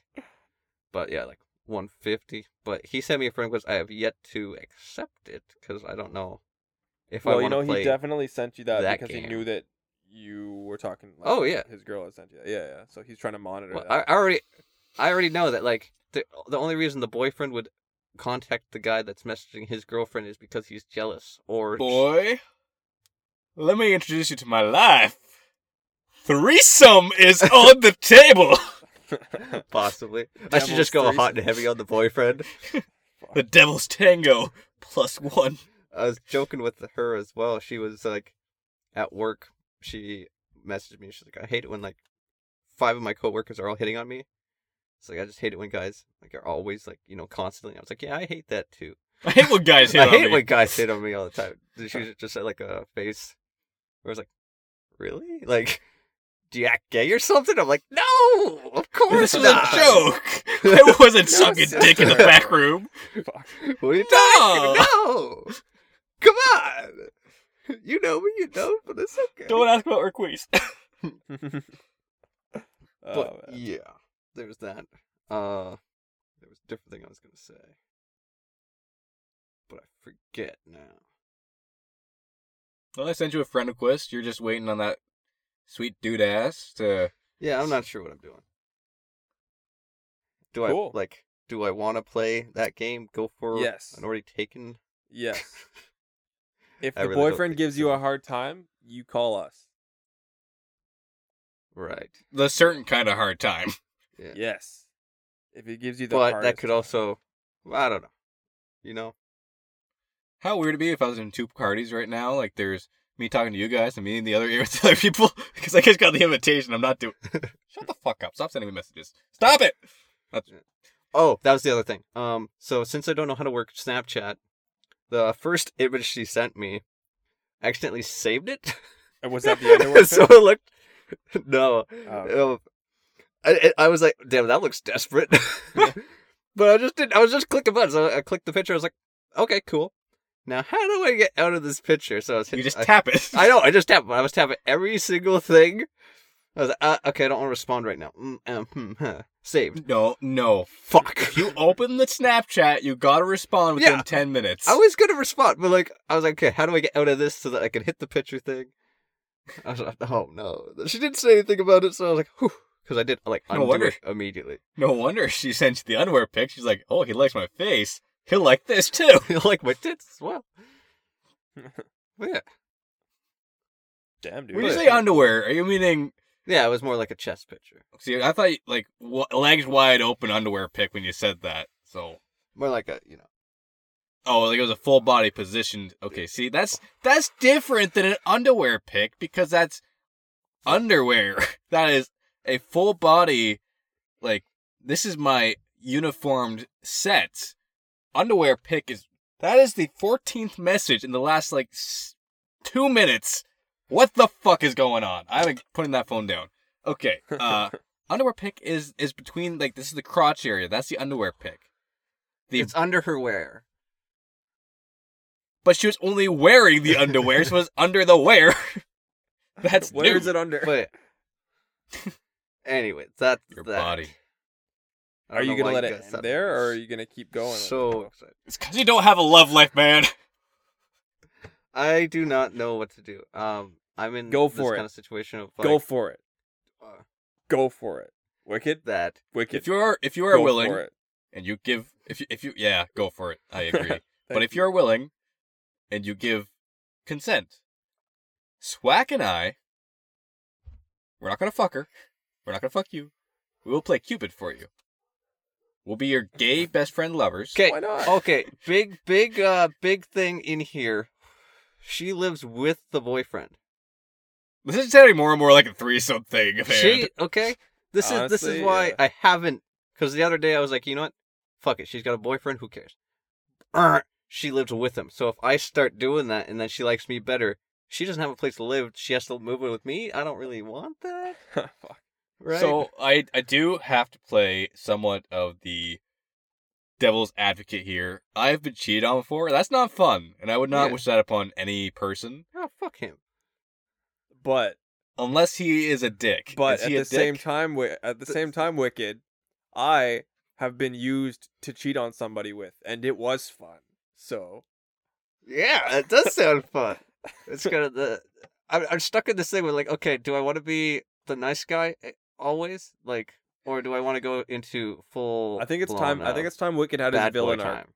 S2: but yeah, like one fifty. But he sent me a friend request. I have yet to accept it because I don't know if I
S1: Well,
S2: want
S1: you
S2: to
S1: know,
S2: play.
S1: he definitely sent you that,
S2: that
S1: because he
S2: game.
S1: knew that you were talking. Like,
S2: Oh, yeah.
S1: his girl had sent you that. Yeah, yeah. So he's trying to monitor
S2: Well, I,
S1: that.
S2: I already, I already know that. Like the the only reason the boyfriend would contact the guy that's messaging his girlfriend is because he's jealous or
S3: Boy, let me introduce you to my life. Threesome
S2: (laughs)
S3: is on the table.
S1: (laughs)
S2: possibly. I should just
S1: Devil's
S2: go hot
S1: threesome.
S2: and heavy
S1: (laughs)
S2: on the boyfriend.
S3: The devil's tango plus one.
S2: I was joking with her as well. She was like, at work, she messaged me. She's like, I hate it when like five of my coworkers are all hitting on me. It's like I just hate it when guys like are always like you know constantly. I was like, yeah, I hate that
S3: (laughs)
S2: too.
S3: I hate when guys hit
S2: I
S3: on
S2: hate
S3: me.
S2: when guys hit on me
S3: (laughs)
S2: all the time. She was just had, like a face where I was like, really? Like, do you act gay or something? I'm like, no, of course (laughs)
S3: This was
S2: not.
S3: a joke. I wasn't
S1: No,
S3: sucking
S2: (laughs)
S3: dick in the
S1: sister.
S3: back room.
S1: Fuck.
S2: What are you
S3: No.
S2: talking? No, come on. You know me, you know, but it's okay.
S3: Don't ask about requests.
S1: Oh,
S2: but
S1: man.
S2: yeah, there was that. Uh, there was a different thing I was gonna say, but I forget now.
S3: Well, I sent you a friend request. You're just waiting on that sweet dude ass to.
S2: Yeah, I'm not sure what I'm doing. Do
S1: Cool.
S2: I like? Do I want to play that game? Go for
S1: Yes.
S2: an already taken. (laughs)
S1: Yes. If
S2: I
S1: the
S2: really don't
S1: boyfriend
S2: think
S1: gives
S2: so.
S1: you a hard time, you call us.
S2: Right.
S3: The certain kind of hard time. (laughs)
S2: Yeah.
S1: Yes. If he gives you the
S2: but that
S1: hardest
S2: could
S1: time.
S2: also. I don't know. You know.
S3: How weird it'd be if I was in two parties right now. Like there's me talking to you guys and meeting the other (laughs) with other people because I just got the invitation.
S2: (laughs)
S3: I'm not doing. Shut the fuck up! Stop sending me messages. Stop it.
S2: Oh, that was the other thing. Um, so since I don't know how to work Snapchat, the first image she sent me, I accidentally saved it.
S1: And
S2: (laughs)
S1: was that the other one?
S2: so it looked (laughs) no.
S1: Oh.
S2: Um, I, it- I was like, damn, that looks desperate. (laughs) but I just didn't. I was just clicking buttons. I, I clicked the picture. I was like, okay, cool. Now how do I get out of this picture? So I was
S3: You
S2: hit-
S3: just
S2: I,
S3: tap it.
S2: I know. I just tapped. I was tapping every single thing. I was like, uh, okay, I don't want to respond right now. Mm, um, hmm, huh.
S1: (laughs)
S2: Saved.
S3: (laughs) No, no.
S2: Fuck.
S3: You open the Snapchat. You gotta respond within
S2: Yeah.
S3: ten minutes.
S2: I was gonna respond, but like I was like, okay, how do I get out of this so that I can hit the picture thing? I was like, oh no, she didn't say anything about it, so I was like, whew, because I did like
S3: No
S2: undo
S3: wonder.
S2: it immediately. (laughs)
S3: No wonder (laughs) she sent you the underwear pic. She's like, oh, he likes my face. He'll like this too.
S2: like my tits
S1: (laughs)
S2: as well. But yeah,
S1: Damn, dude.
S3: When you
S1: (laughs)
S3: say underwear, are you meaning?
S2: yeah, it was more like a chest picture,
S3: See, I thought like w- legs wide open underwear pic when you said that. So
S2: more like a you know.
S3: Oh, like it was a full body positioned. Okay, see, that's that's different than an underwear pick because that's underwear. (laughs) That is a full body. Like this is my uniformed set. Underwear pick is that is the fourteenth message in the last like s- two minutes. What the fuck is going on? I'm putting that phone down. Okay, uh, underwear pick is is between like this is the crotch area. That's the underwear pick. The
S2: It's under her wear.
S3: but she was only wearing
S1: (laughs)
S3: the underwear, so it was under the wear. That's
S1: Where
S3: new.
S1: is it under?
S2: But
S1: (laughs)
S2: anyway, that's
S3: Your
S2: that.
S3: body.
S2: I
S1: Are
S2: don't
S1: you
S2: know
S1: gonna
S2: why
S1: let
S2: I
S1: it
S2: guessed
S1: end
S2: that.
S1: there,
S2: (laughs)
S1: or are you gonna keep going?
S2: so excited.
S3: It's because you don't have a love life,
S1: (laughs)
S3: man.
S2: I do not know what to do. Um, I'm in
S1: Go
S2: this
S1: for it.
S2: kind of situation of like,
S1: go for it.
S2: uh,
S1: Go for it. Wicked.
S2: that.
S1: Wicked.
S3: If you are, if you
S1: Go
S3: are
S1: for
S3: willing,
S1: it.
S3: and you give, if you, if you, yeah, go for it.
S1: (laughs)
S3: I agree. but
S1: Thank
S3: if you're willing, and you give consent, Swack and I, we're not gonna fuck her. We're not gonna fuck you. We will play Cupid for you. We'll be your
S1: (laughs)
S3: gay best friend lovers.
S2: Okay. oh,
S1: Why not?
S2: Okay. Big, big, uh, big thing in here. She lives with the boyfriend.
S3: This is sounding more and more like a threesome thing. Man.
S2: She okay. This is this
S1: Honestly,
S2: is why
S1: yeah.
S2: I haven't. Because the other day I was like, you know what? Fuck it. She's got a boyfriend. Who cares? Err, She lives with him. So if I start doing that and then she likes me better, she doesn't have a place to live. She has to move in with me. I don't really want that.
S1: (laughs) Fuck.
S2: Right.
S3: So I I do have to play somewhat of the devil's advocate here. I've been cheated on before. That's not fun, and I would not
S2: Yeah.
S3: wish that upon any person
S2: oh, fuck him.
S1: But
S2: (laughs)
S3: unless he is a dick.
S1: but
S3: Is
S1: at
S3: he
S1: the
S3: a
S1: same
S3: dick?
S1: time, wi- at the same time, Wicked, I have been used to cheat on somebody with, and it was fun. So
S2: Yeah, it does sound fun.
S1: (laughs)
S2: It's kind of the. I'm, I'm stuck in this thing with like, okay, do I want to be the nice guy eh, always, like, or do I want to go into full?
S1: I think it's
S2: blown
S1: time. I think
S2: out
S1: it's time Wicked had his
S2: bad boy
S1: villain arc.
S2: time.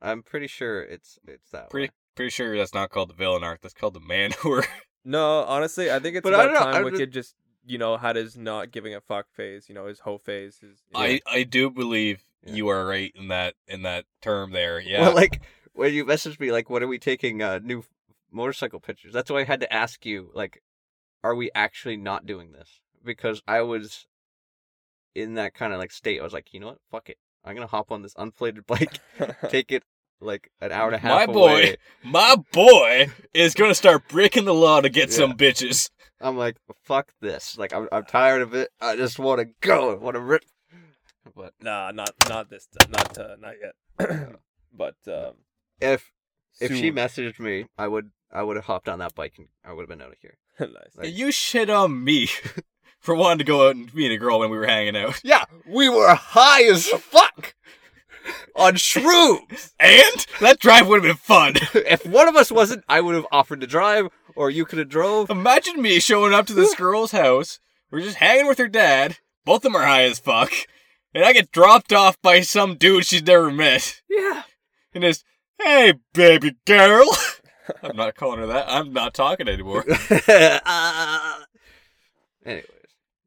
S2: I'm pretty sure it's it's that.
S3: pretty
S2: way.
S3: pretty sure that's not called the villain arc. That's called the man (laughs) whore.
S1: No, honestly, I think it's
S2: But
S1: about
S2: I don't know,
S1: time
S2: I
S1: Wicked just you know had his not giving a fuck phase. You know his whole phase. His,
S3: I I do believe
S2: Yeah.
S3: you are right in that in that term there. Yeah.
S2: Well, like when you messaged me, like, when are we taking uh, new motorcycle pictures? That's why I had to ask you, like, are we actually not doing this? Because I was in that kind of like state. I was like, you know what? Fuck it. I'm gonna hop on this unplated (laughs) bike take it like an hour and a half.
S3: My boy.
S2: away.
S3: My boy is gonna start breaking the law to get
S2: Yeah.
S3: some bitches.
S2: I'm like, fuck this. Like, I'm, I'm tired of it. I just want to go. I want to rip. But
S1: (laughs) nah, not not this, not uh, not
S2: (clears throat)
S1: yet. (clears throat) but um,
S2: if if she
S1: soon.
S2: messaged me, I would I would have hopped on that bike and I would have been out of here.
S1: (laughs) nice.
S2: Like-
S3: you shit on me (laughs) for wanting to go out and meet a girl when we were hanging out.
S2: Yeah, we were high as (laughs) fuck on shrooms.
S3: And that drive would have been fun. (laughs)
S2: if one of us wasn't, I would have offered to drive, or you could have drove.
S3: Imagine me showing up to this girl's house. We're just hanging with her dad. Both of them are high as fuck. And I get dropped off by some dude she's never met.
S2: (laughs) (laughs) Yeah,
S3: And it's, hey, baby girl. (laughs) I'm not calling her that. I'm not
S2: (laughs)
S3: talking anymore.
S2: Uh, anyways,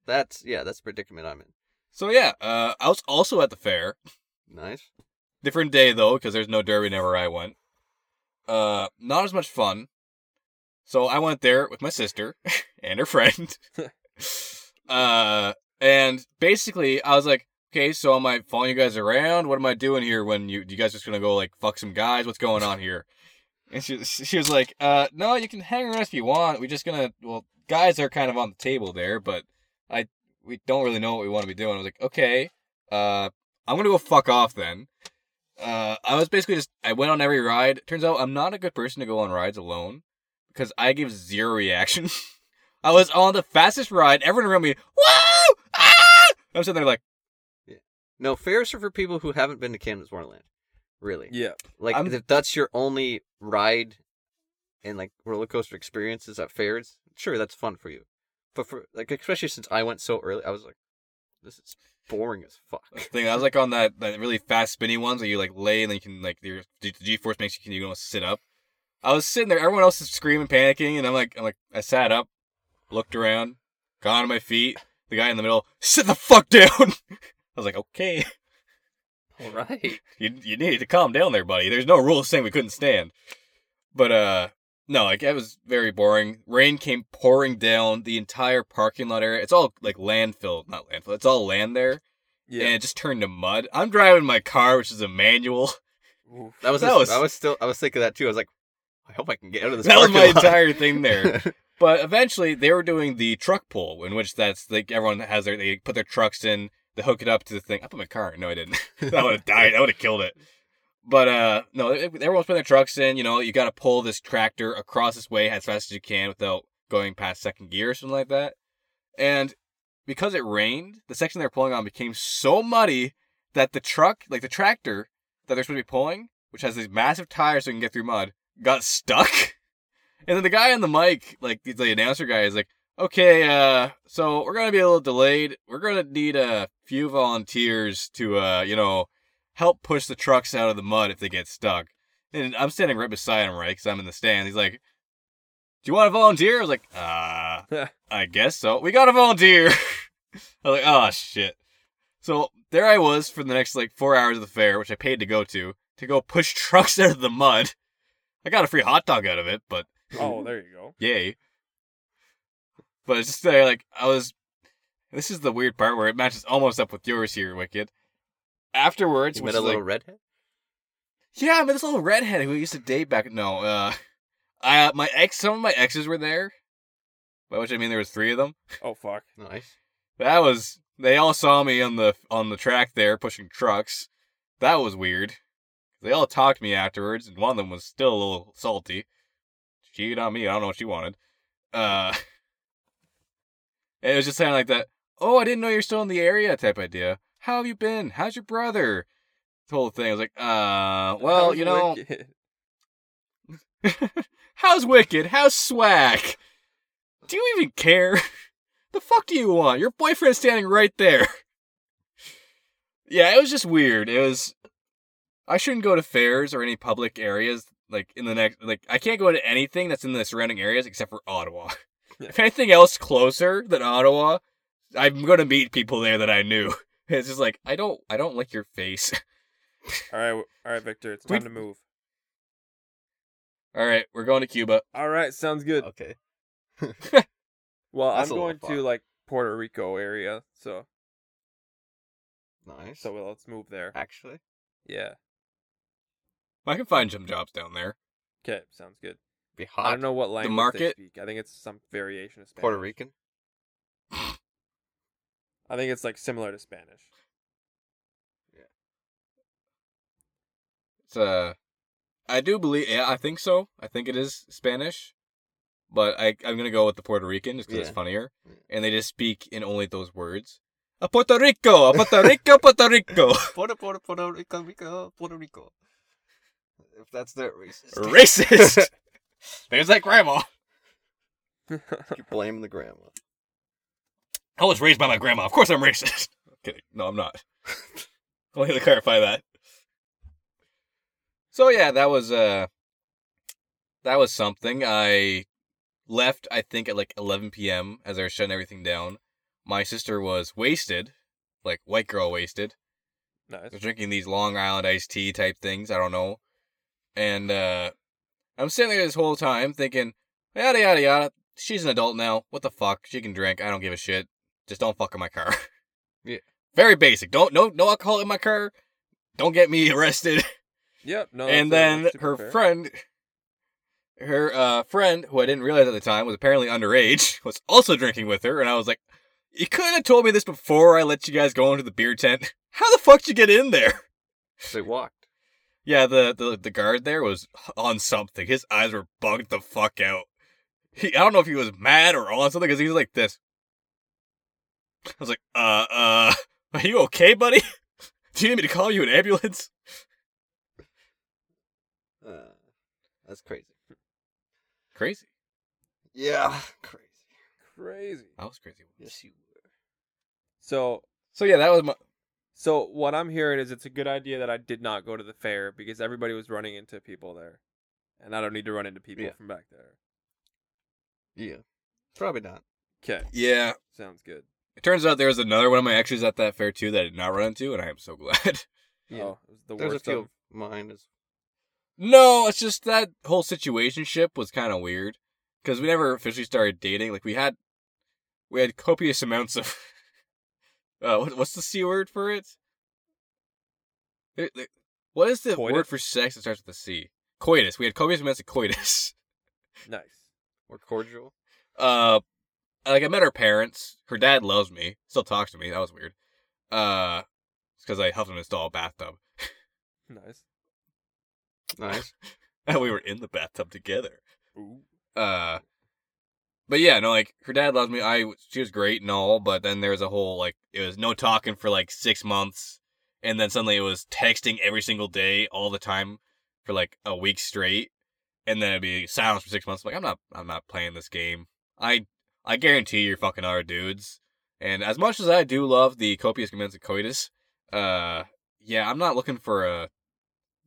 S2: that's yeah, that's the predicament I'm in.
S3: So, yeah, uh, I was also at the fair.
S2: Nice.
S3: Different day though, because there's no derby whenever I went. Uh, not as much fun. So I went there with my sister (laughs) and her friend. uh, and basically, I was like, okay, so am I following you guys around? What am I doing here when you, you guys just going to go like fuck some guys? What's going on here? And she, she was like, uh, no, you can hang around if you want. We're just going to, well, guys are kind of on the table there, but I, we don't really know what we want to be doing. I was like, okay, uh, I'm going to go fuck off then. Uh, I was basically just, I went on every ride. Turns out I'm not a good person to go on rides alone because I give zero reaction. (laughs) I was on the fastest ride. Everyone around me, whoa! Ah! I'm sitting there like,
S2: No, fairs are for people who haven't been to Canada's Wonderland. Really.
S1: Yeah.
S2: Like
S3: I'm-
S2: if that's your only ride and like roller coaster experiences at fairs, sure that's fun for you. But for like especially since I went so early, I was like, this is boring as fuck.
S3: thing. I was like on that, that really fast spinny ones that you like lay and then you can like your the G force makes you can you can almost sit up. I was sitting there, everyone else is screaming, panicking, and I'm like I'm like I sat up, looked around, got on my feet. The guy in the middle, sit the fuck down. (laughs) I was like, okay,
S2: (laughs) All right.
S3: you you need to calm down there, buddy. There's no rules saying we couldn't stand. But uh, no, like it was very boring. Rain came pouring down the entire parking lot area. It's all like landfill, not landfill. It's all land there
S1: Yeah.
S3: and it just turned to mud. I'm driving my car, which is a manual.
S1: Oof.
S2: (laughs)
S1: (laughs)
S2: That was,
S3: That was-
S2: I was still I was thinking that too. I was like, I hope I can get out (laughs) of this.
S3: That was my
S2: parking lot.
S3: entire
S2: (laughs)
S3: thing there. But eventually, they were doing the truck pull, in which that's like everyone has their they put their trucks in, they hook it up to the thing. I put my car. in. No, I didn't. (laughs) that would have died. That would have killed it. But uh, no, everyone's putting their trucks in. You know, you got to pull this tractor across this way as fast as you can without going past second gear or something like that. And because it rained, the section they're pulling on became so muddy that the truck, like the tractor that they're supposed to be pulling, which has these massive tires so it can get through mud, got stuck. (laughs) And then the guy on the mic, like the- the announcer guy, is like, "Okay, uh, so we're gonna be a little delayed. We're gonna need a few volunteers to, uh, you know, help push the trucks out of the mud if they get stuck." And I'm standing right beside him, right, because I'm in the stand. He's like, "Do you want to volunteer?" I was like, "Uh, I guess so. We got a volunteer." (laughs) I was like, "Oh shit." So there I was for the next like four hours of the fair, which I paid to go to, to go push (laughs) trucks out of the mud. I got a free hot dog out of it, but
S1: Oh, there you go.
S3: yay. But it's just that, like I was. This is the weird part where it matches almost up with yours here, Wicked. Afterwards,
S2: You
S3: which
S2: met
S3: is
S2: a little
S3: like,
S2: redhead.
S3: yeah, I met this little redhead who I used to date back. No, uh, I my ex, some of my exes were there, by which I mean there was three of them.
S1: Oh fuck.
S2: (laughs) Nice.
S3: That was they all saw me on the on the track there pushing trucks. That was weird. They all talked to me afterwards, and one of them was still a little salty. Cheated on me. I don't know what she wanted. Uh, (laughs) and it was just kind of like that. Oh, I didn't know you're still in the area type idea. How have you been? How's your brother? The whole thing. I was like, uh, well,
S1: How's
S3: you know,
S1: Wicked? (laughs)
S3: (laughs) How's Wicked? How's Swag? Do you even care? (laughs) The fuck do you want? Your boyfriend's standing right there. (laughs) Yeah, it was just weird. It was. I shouldn't go to fairs or any public areas. Like in the next, like I can't go to anything that's in the surrounding areas except for Ottawa. (laughs) if anything else closer than Ottawa, I'm gonna meet people there that I knew. (laughs) It's just like I don't, I don't like your face. (laughs)
S1: All right, w- all right, Victor. It's
S3: We-
S1: time to move.
S3: All right, we're going to Cuba.
S1: All right, sounds good.
S2: Okay.
S1: Well, I'm
S2: That's a little
S1: going to
S2: far.
S1: like Puerto Rico area, so
S2: Nice.
S1: so well, let's move there.
S2: actually,
S1: Yeah.
S3: I can find some jobs down there.
S1: Okay, sounds good.
S2: be hot.
S1: I don't know what language they
S3: market-
S1: speak. I think it's some variation of Spanish.
S2: Puerto Rican.
S1: I think it's like similar to Spanish. (laughs)
S3: It's uh, I do believe. Yeah, I think so. I think it is Spanish, but I I'm gonna go with the Puerto Rican just because
S2: Yeah.
S3: it's funnier,
S2: Yeah.
S3: and they just speak in only those words. A Puerto Rico, a Puerto Rico, Puerto (laughs) Rico.
S2: (laughs) Puerto Puerto Puerto Rico Rico Puerto Rico. If that's not racist,
S3: Racist. There's that grandma.
S2: (laughs) you blame the grandma.
S3: I was raised by my grandma. Of course I'm racist. (laughs) Kidding. No, I'm not. (laughs) I wanted to clarify that. So yeah, that was uh that was something. I left I think at like eleven PM as they were shutting everything down. My sister was wasted, like white girl wasted.
S1: Nice.
S3: They're drinking these Long Island iced tea type things. I don't know. And uh, I'm sitting there this whole time thinking, Yada yada yada. She's an adult now. What the fuck? She can drink. I don't give a shit. Just don't fuck in my car. (laughs)
S2: Yeah.
S3: Very basic. Don't no no alcohol in my car. Don't get me (laughs) arrested.
S1: Yep. No.
S3: and
S1: that's, uh,
S3: then
S1: super
S3: her
S1: fair.
S3: friend her uh friend who i didn't realize at the time was apparently underage (laughs) was also drinking with her and i was like you could have told me this before i let you guys go into the beer tent how the fuck did you get in there
S2: They walked.
S3: yeah the, the the guard there was on something his eyes were bugged the fuck out he i don't know if he was mad or on something because he was like this i was like uh uh (laughs) are you okay buddy (laughs) do you need me to call you an ambulance
S2: Uh, that's crazy.
S3: crazy
S2: Yeah, crazy.
S1: Crazy.
S3: that was crazy
S2: Yes, you were.
S1: So
S3: so yeah that was my
S1: so what I'm hearing is it's a good idea that I did not go to the fair because everybody was running into people there, and I don't need to run into people
S2: Yeah.
S1: from back there.
S2: Yeah, probably not.
S1: Okay.
S3: yeah
S1: Sounds good.
S3: It turns out there was another one of my extras at that fair too that I did not run into, and I am so glad.
S2: Yeah.
S1: Oh, it was the
S2: There's a
S1: worst.
S2: few
S1: Of,
S2: of mine is
S3: no, it's just that whole situation ship was kind of weird because we never officially started dating. Like we had, we had copious amounts of. (laughs) Uh, what, what's the c word for it? There- there- What is the
S1: Coitus?
S3: word for sex that starts with a C? Coitus. We had copious amounts of coitus. (laughs)
S1: nice.
S2: more cordial.
S3: uh like I met her parents. Her dad loves me. Still talks to me. That was weird. Uh it's cuz I helped him install a bathtub. (laughs)
S1: Nice.
S2: Nice.
S3: And we were in the bathtub together.
S1: Ooh.
S3: Uh but yeah, no like her dad loves me. I she was great and all, but then there was a whole like it was no talking for like 6 months and then suddenly it was texting every single day all the time for like a week straight and then it'd be silence for 6 months. I'm like I'm not I'm not playing this game. I I guarantee you're fucking other dudes. And as much as I do love the copious amounts of coitus, uh, yeah, I'm not looking for a.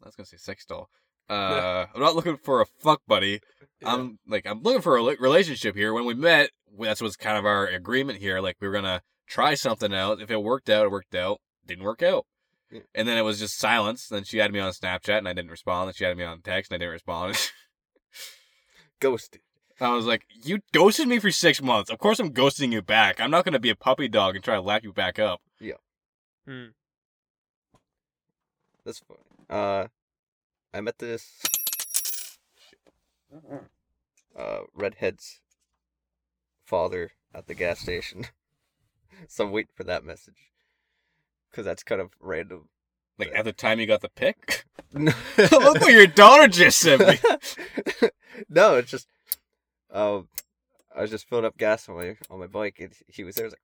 S3: I was gonna say sex doll. Uh, I'm not looking for a fuck buddy.
S1: Yeah.
S3: I'm like I'm looking for a li- relationship here. When we met, that's what's kind of our agreement here. Like we were gonna try something out. If it worked out, it worked out. Didn't work out.
S2: Yeah.
S3: And then it was just silence. Then she had me on Snapchat and I didn't respond. Then she had me on text and I didn't respond. (laughs)
S2: Ghosted.
S3: I was like, you ghosted me for six months. Of course I'm ghosting you back. I'm not going to be a puppy dog and try to lap you back up.
S1: Hmm.
S2: That's funny. Uh, I met this uh redhead's father at the gas station, (laughs) so I'm waiting for that message because that's kind of random. (laughs)
S3: Like, at the time you got the pic? (laughs) Look
S2: Look
S3: what your daughter just sent me.
S2: (laughs) no, it's just um, I was just filling up gas on my on my bike, and he was there. I was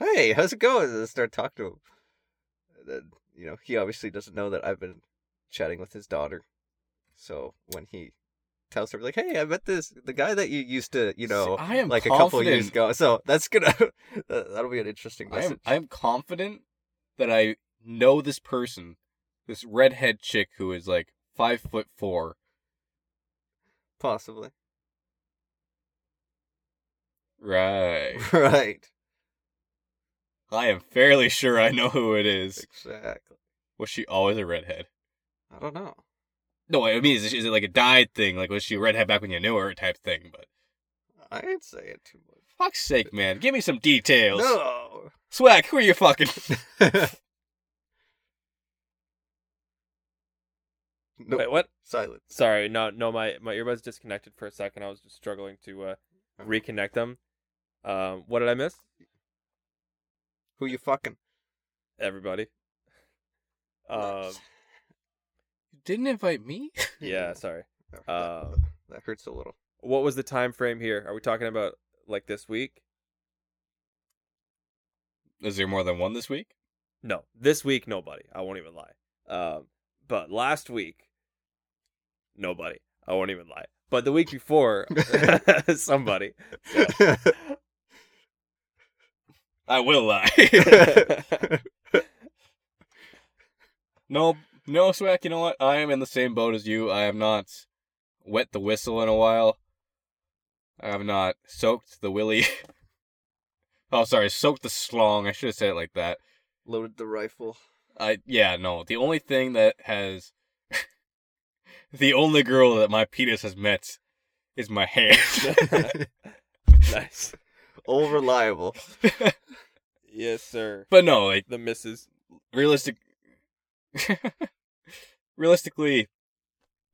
S2: like, "Hey, how's it going?" And I started talking to him. And then you know he obviously doesn't know that I've been chatting with his daughter. So when he tells her like, "Hey, I met this the guy that you used to you know
S3: I am
S2: like a
S3: confident.
S2: couple of years ago," so that's gonna (laughs) that'll be an interesting
S3: I am,
S2: message.
S3: I am confident that I know this person, this redhead chick who is like five foot four.
S2: Possibly
S3: (laughs) Right.
S2: (laughs) right,
S3: I am fairly sure I know who it is.
S2: exactly.
S3: Was she always a redhead?
S2: I don't know.
S3: No, I mean, is it, is it like a dyed thing? Like, was she a redhead back when you knew her type thing? But
S2: I ain't saying too much.
S3: fuck's sake, man. Give me some details.
S2: No.
S3: Swag, who are you fucking?
S2: (laughs) no
S1: Wait, what?
S2: silence.
S1: Sorry, no, no, my my earbuds disconnected for a second. I was just struggling to uh, reconnect them. Um, what did I miss?
S2: Who you
S3: (laughs)
S2: fucking?
S1: (laughs) Everybody.
S2: (laughs)
S1: (laughs) Um,
S3: You didn't invite me?
S1: yeah, sorry.
S2: That-
S1: uh,
S3: um,
S2: that, (laughs) that hurts a little.
S1: What was the time frame here? Are we talking about like this week?
S3: Is there more than one this week?
S1: No, this week nobody. I won't even lie. Um, but last week, nobody. I won't even lie. But the week (laughs) before, somebody.
S3: I will lie. (laughs) no, no, Swag, you know what? I am in the same boat as you. I have not wet the whistle in a while. I have not soaked the willy. (laughs) oh, sorry, soaked the slong. I should have said it like that.
S2: (laughs) Loaded the
S3: (laughs)
S2: rifle. (laughs)
S3: I yeah, no. The only (laughs) thing that has the only girl that my penis has met is my hand.
S1: nice.
S2: All
S3: (laughs)
S2: reliable.
S1: Yes, sir.
S3: (laughs) but no, like
S1: The misses.
S3: realistic (laughs) realistically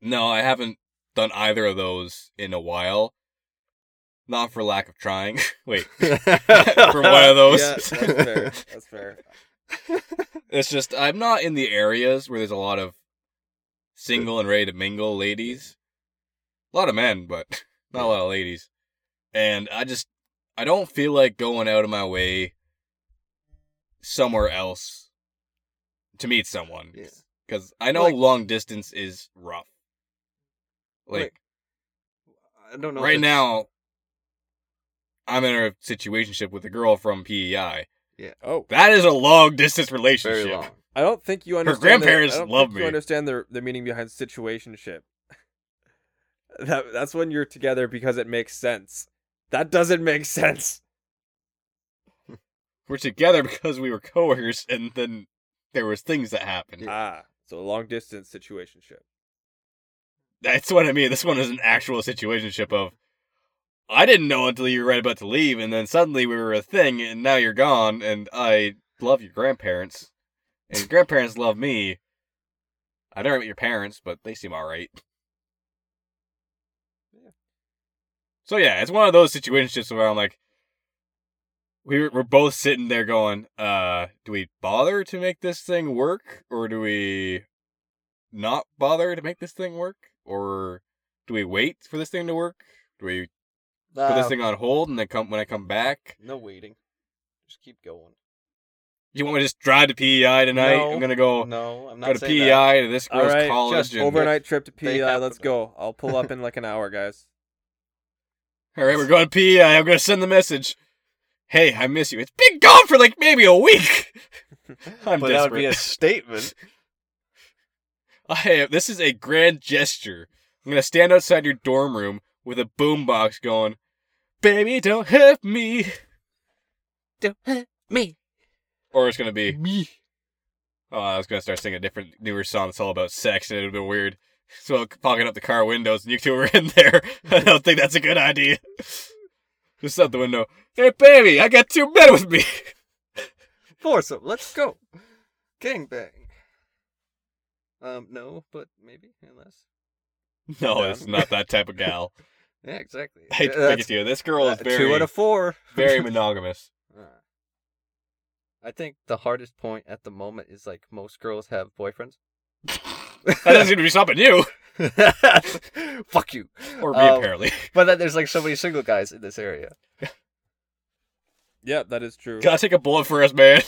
S3: no i haven't done either of those in a while not for lack of trying (laughs) wait for one of those
S1: Yeah, that's fair. That's fair.
S3: it's just i'm not in the areas where there's a lot of single and ready to mingle ladies a lot of men but (laughs) not a lot of ladies and i just i don't feel like going out of my way somewhere else to meet someone
S2: (laughs)
S3: (laughs)
S2: Yeah.
S3: because I know
S2: Like-
S3: long distance is rough. Like
S2: I don't know. if
S3: right
S2: it's-
S3: now, I'm in a situationship with a girl from PEI.
S1: (laughs) Oh,
S3: That is a long
S2: (laughs)
S3: distance
S2: very
S3: relationship.
S2: long.
S1: I don't think you understand.
S3: grandparents
S1: the, I don't
S3: love
S1: think
S3: me.
S1: You understand the the meaning behind situationship. (laughs) That that's when you're together because it makes sense. That doesn't make sense.
S3: We're together because we were coworkers, and then there was things that happened.
S1: Ah, so long distance situationship.
S3: That's what I mean. This one is an actual situationship of. I didn't know until you were right about to leave, and then suddenly we were a thing, and now you're gone, and I love your grandparents, and your grandparents love me. I don't know about your parents, but they seem alright. So yeah, it's one of those situationships where I'm like, we were, we're both sitting there going, uh, do we bother to make this thing work, or do we not bother to make this thing work, or do we wait for this thing to work? Do we put this thing on hold and then come when I come back?
S2: Um, No waiting. Just keep going.
S3: You want me to just drive to PEI tonight?
S2: No.
S3: I'm gonna go
S2: No, I'm not
S3: Oh, go to E
S2: saying
S3: PEI
S2: that.
S3: to this
S1: All
S3: girl's
S1: right,
S3: college.
S2: just
S3: and-
S1: Overnight trip to
S2: They
S1: PEI.
S2: have
S1: Let's
S2: to
S1: go. I'll pull up in like an hour, guys.
S3: All right, we're going to PEI. I'm gonna send the message. Hey, I miss you. It's been gone for like maybe a
S2: (laughs)
S3: week.
S2: (laughs)
S3: I'm
S2: But that would
S3: desperate.
S2: be a
S3: (laughs)
S2: statement.
S3: I am- this is a grand gesture. I'm gonna stand outside your dorm room with a boombox going, "Baby, don't hurt me."
S4: Don't hurt me.
S3: Or it's gonna be me. Oh, I was gonna start singing a different newer song that's all about sex, and it'd have been weird. So I'll pocket up the car windows, and you two were (laughs) in there. I don't think that's a good idea. (laughs) Just out the window. Hey, baby, I got two men with me. (laughs)
S2: Force them. Let's go. Gangbang. Um, no, but maybe, unless.
S3: No, it's not that type of gal. (laughs)
S2: Yeah, exactly.
S3: I hate
S2: Uh,
S3: to break
S2: that's-
S3: it to you. This girl is
S2: uh,
S3: very,
S2: Two out of (laughs) four.
S3: very monogamous.
S2: Uh, I think the hardest point at the moment is like most girls have boyfriends.
S3: That doesn't seem to be stopping you. (laughs)
S2: (laughs) Fuck you.
S3: Or me,
S2: Um,
S3: apparently. (laughs)
S2: But then there's like so many single guys in this area.
S1: (laughs) Yeah, that is true.
S3: Gotta take a bullet for us, man.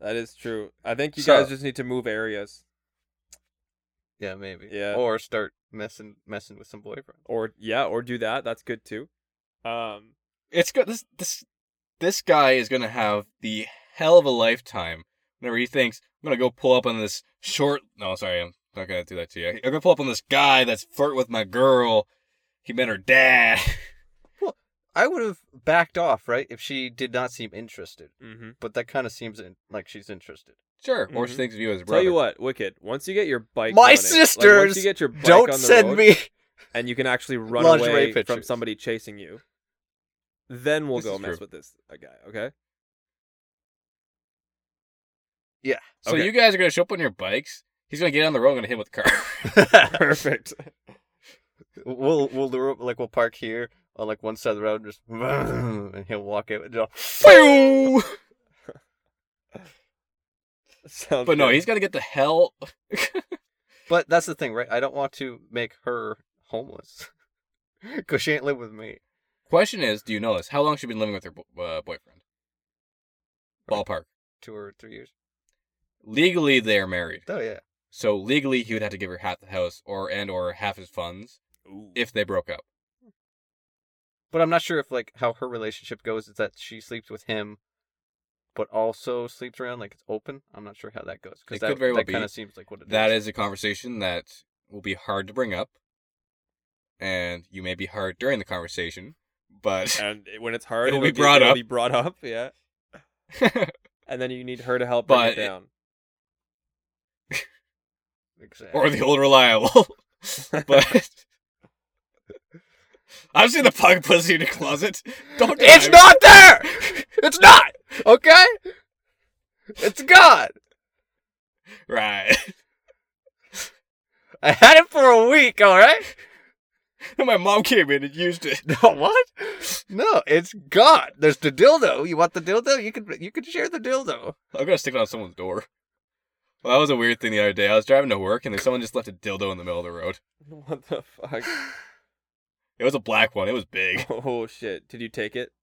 S1: That is true. I think you
S2: So-
S1: guys just need to move areas.
S2: Yeah, maybe.
S1: Yeah.
S2: Or start messing messing with some boyfriends.
S1: or yeah, or do that. That's good too. Um,
S3: It's good. This this this guy is gonna have the hell of a lifetime whenever he thinks I'm gonna go pull up on this short. No, sorry, I'm not gonna do that to you. I'm gonna pull up on this guy that's flirting with my girl. He met her dad. (laughs)
S2: I would have backed off, right, if she did not seem interested.
S1: mhm.
S2: But that kind of seems in, like she's interested.
S3: Sure, or
S1: Mhm.
S3: she thinks of you as a brother.
S1: Tell you what, Wicked. Once you get your bike, running-
S2: My
S1: like, once
S2: sisters
S1: you get your bike
S2: Don't
S1: on the
S2: send
S1: road
S2: me.
S1: and you can actually run
S2: lingerie
S1: away from
S2: pictures.
S1: somebody chasing you. Then we'll
S3: This
S1: go
S3: is
S1: mess
S3: true.
S1: with this uh, guy.
S3: (laughs)
S1: Okay.
S3: So
S1: Okay.
S3: you guys are gonna show up on your bikes. He's gonna get on the road. and gonna hit him with the car. (laughs)
S1: Perfect.
S2: we'll we'll lure- like we'll park here on like one side of the road, and just (laughs) and he'll walk out. And
S3: Pew!
S1: (laughs) Sounds
S3: but no,
S1: good.
S3: he's gonna get the hell.
S2: (laughs) But that's the thing, right? I don't want to make her homeless (laughs) because she ain't live with me.
S3: Question is, do you know this? How long has she been living with her bo- uh, boyfriend? Ballpark.
S2: Two or three years.
S3: Legally, they are married.
S2: Oh yeah.
S3: So legally, he would have to give her half the house or and or half his funds
S1: Ooh.
S3: if they broke up.
S2: But I'm not sure if like how her relationship goes is that she sleeps with him, but also sleeps around like it's open. I'm not sure how that goes
S3: It
S2: because
S3: could
S2: that,
S3: very well
S2: that
S3: be.
S2: kind of seems like what it is.
S3: That is a conversation that will be hard to bring up, and you may be hard during the conversation, but
S1: and it- when it's hard,
S3: It'll be brought
S1: it'll
S3: up.
S1: Be brought up. Yeah.
S3: (laughs)
S1: And then you need her to help
S3: But
S1: bring it
S3: it-
S1: down. (laughs)
S2: exactly. (laughs)
S3: (laughs) or the old reliable. but I've seen the pug pussy in your closet. Don't. deny
S2: It's
S3: me.
S2: not there. (laughs) It's not. Okay. It's gone.
S3: right. (laughs)
S2: I had it for a week. All right.
S3: My mom came in and used (laughs) it.
S2: No, what? No, it's gone. There's the dildo. You want the dildo? You could you could share the dildo.
S3: I'm gonna stick it on someone's door. Well, that was a weird thing the other day. I was driving to work and then someone just left a dildo in the middle of the road.
S1: What the fuck? (laughs)
S3: It was a black one. It was big.
S1: Oh shit! Did you take it? (laughs)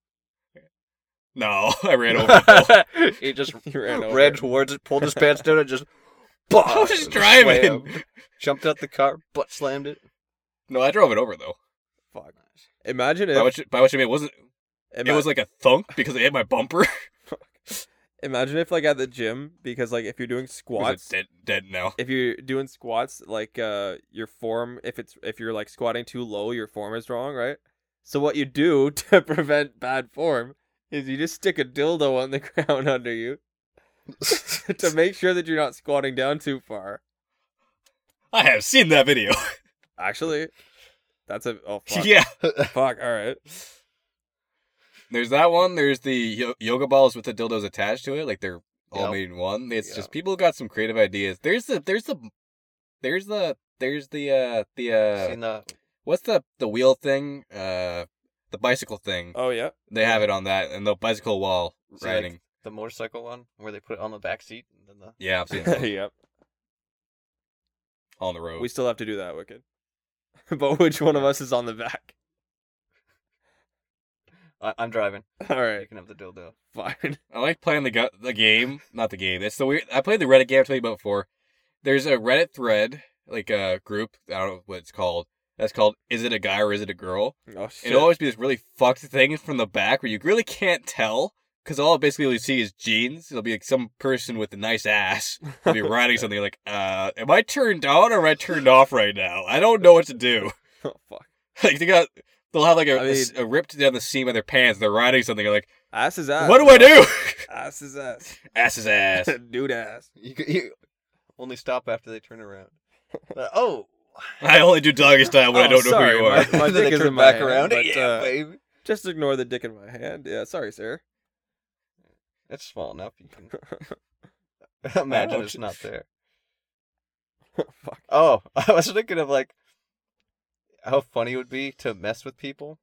S3: No, (laughs) I ran over. the
S2: (laughs)
S3: pole.
S2: he just
S1: You ran over.
S2: ran towards it, pulled his pants down, and just.
S3: I was just
S2: bam,
S3: driving.
S2: slammed. Jumped out the car, butt slammed it.
S3: No, I drove it over though.
S1: Fuck. Imagine if
S3: By which, by which I mean it wasn't. It
S1: ima-
S3: was like a thunk because it hit my bumper. (laughs)
S1: imagine if like at the gym because like if you're doing
S3: It's
S1: squats,
S3: dead, dead now.
S1: if you're doing squats like uh your form if it's if you're like squatting too low your form is wrong right. So what you do (laughs) to prevent bad form is you just stick a dildo on the (laughs) ground under you (laughs) to make sure that you're not squatting down too far.
S3: I have seen that video. (laughs)
S1: Actually, that's a oh fuck
S3: yeah,
S1: fuck all right.
S3: there's that one. There's the yo- yoga balls with the dildos attached to it, like they're all
S2: Yep.
S3: made in one. It's
S2: Yeah.
S3: just people got some creative ideas. There's the there's the there's the there's the uh the uh
S2: Seen the
S3: what's the the wheel thing uh the bicycle thing.
S1: Oh yeah.
S3: They have it on that and the bicycle wall
S2: So, Uh, like-
S3: riding.
S2: the motorcycle one where they put it on the back seat and then the
S3: (laughs) Yeah, Oh. I've seen
S2: (laughs)
S1: (laughs)
S3: it
S1: yep.
S3: on the road.
S1: We still have to do that, Wicked. (laughs) but which one of us is on the back? (laughs)
S2: I, I'm driving.
S1: All
S2: You
S1: right,
S2: can have the dildo.
S1: fine. (laughs)
S3: I like playing the gu- the game, not the game. It's the weird. I played the Reddit game I told you about before. There's a Reddit thread, like a group. I don't know what it's called. That's called "Is it a guy or is it a girl?"
S1: Oh shit.
S3: It'll always be this really fucked thing from the back where you really can't tell because all basically you see is jeans. It'll be like some person with a nice ass will
S1: (laughs)
S3: be riding something. You're like, uh, am I turned on or am I turned off right now? I don't know what to do.
S1: (laughs)
S3: (laughs)
S1: oh fuck.
S3: Like they got, they'll have like a,
S1: I
S3: a s- a ripped down the seam of their pants. They're riding something. You're like,
S1: Ass is ass.
S3: what do I do?
S1: (laughs) Ass is ass.
S3: ass is ass.
S1: (laughs) Dude ass.
S2: You, c- you only stop after they turn around. Uh, oh,
S3: I only do doggy style when I
S1: Oh,
S3: don't know
S1: sorry,
S3: who you are.
S1: Mike. My
S2: And then
S1: dick
S2: they
S1: is
S2: turn
S1: in my
S2: back
S1: hand,
S2: around.
S1: but,
S2: yeah,
S1: uh,
S2: baby.
S1: Just ignore the dick in my hand. Yeah, sorry, sir. (laughs)
S2: It's small enough. You
S3: (laughs)
S2: can imagine it's not there.
S1: fuck.
S2: Oh, (laughs) I was thinking of like how funny it would be to mess with people,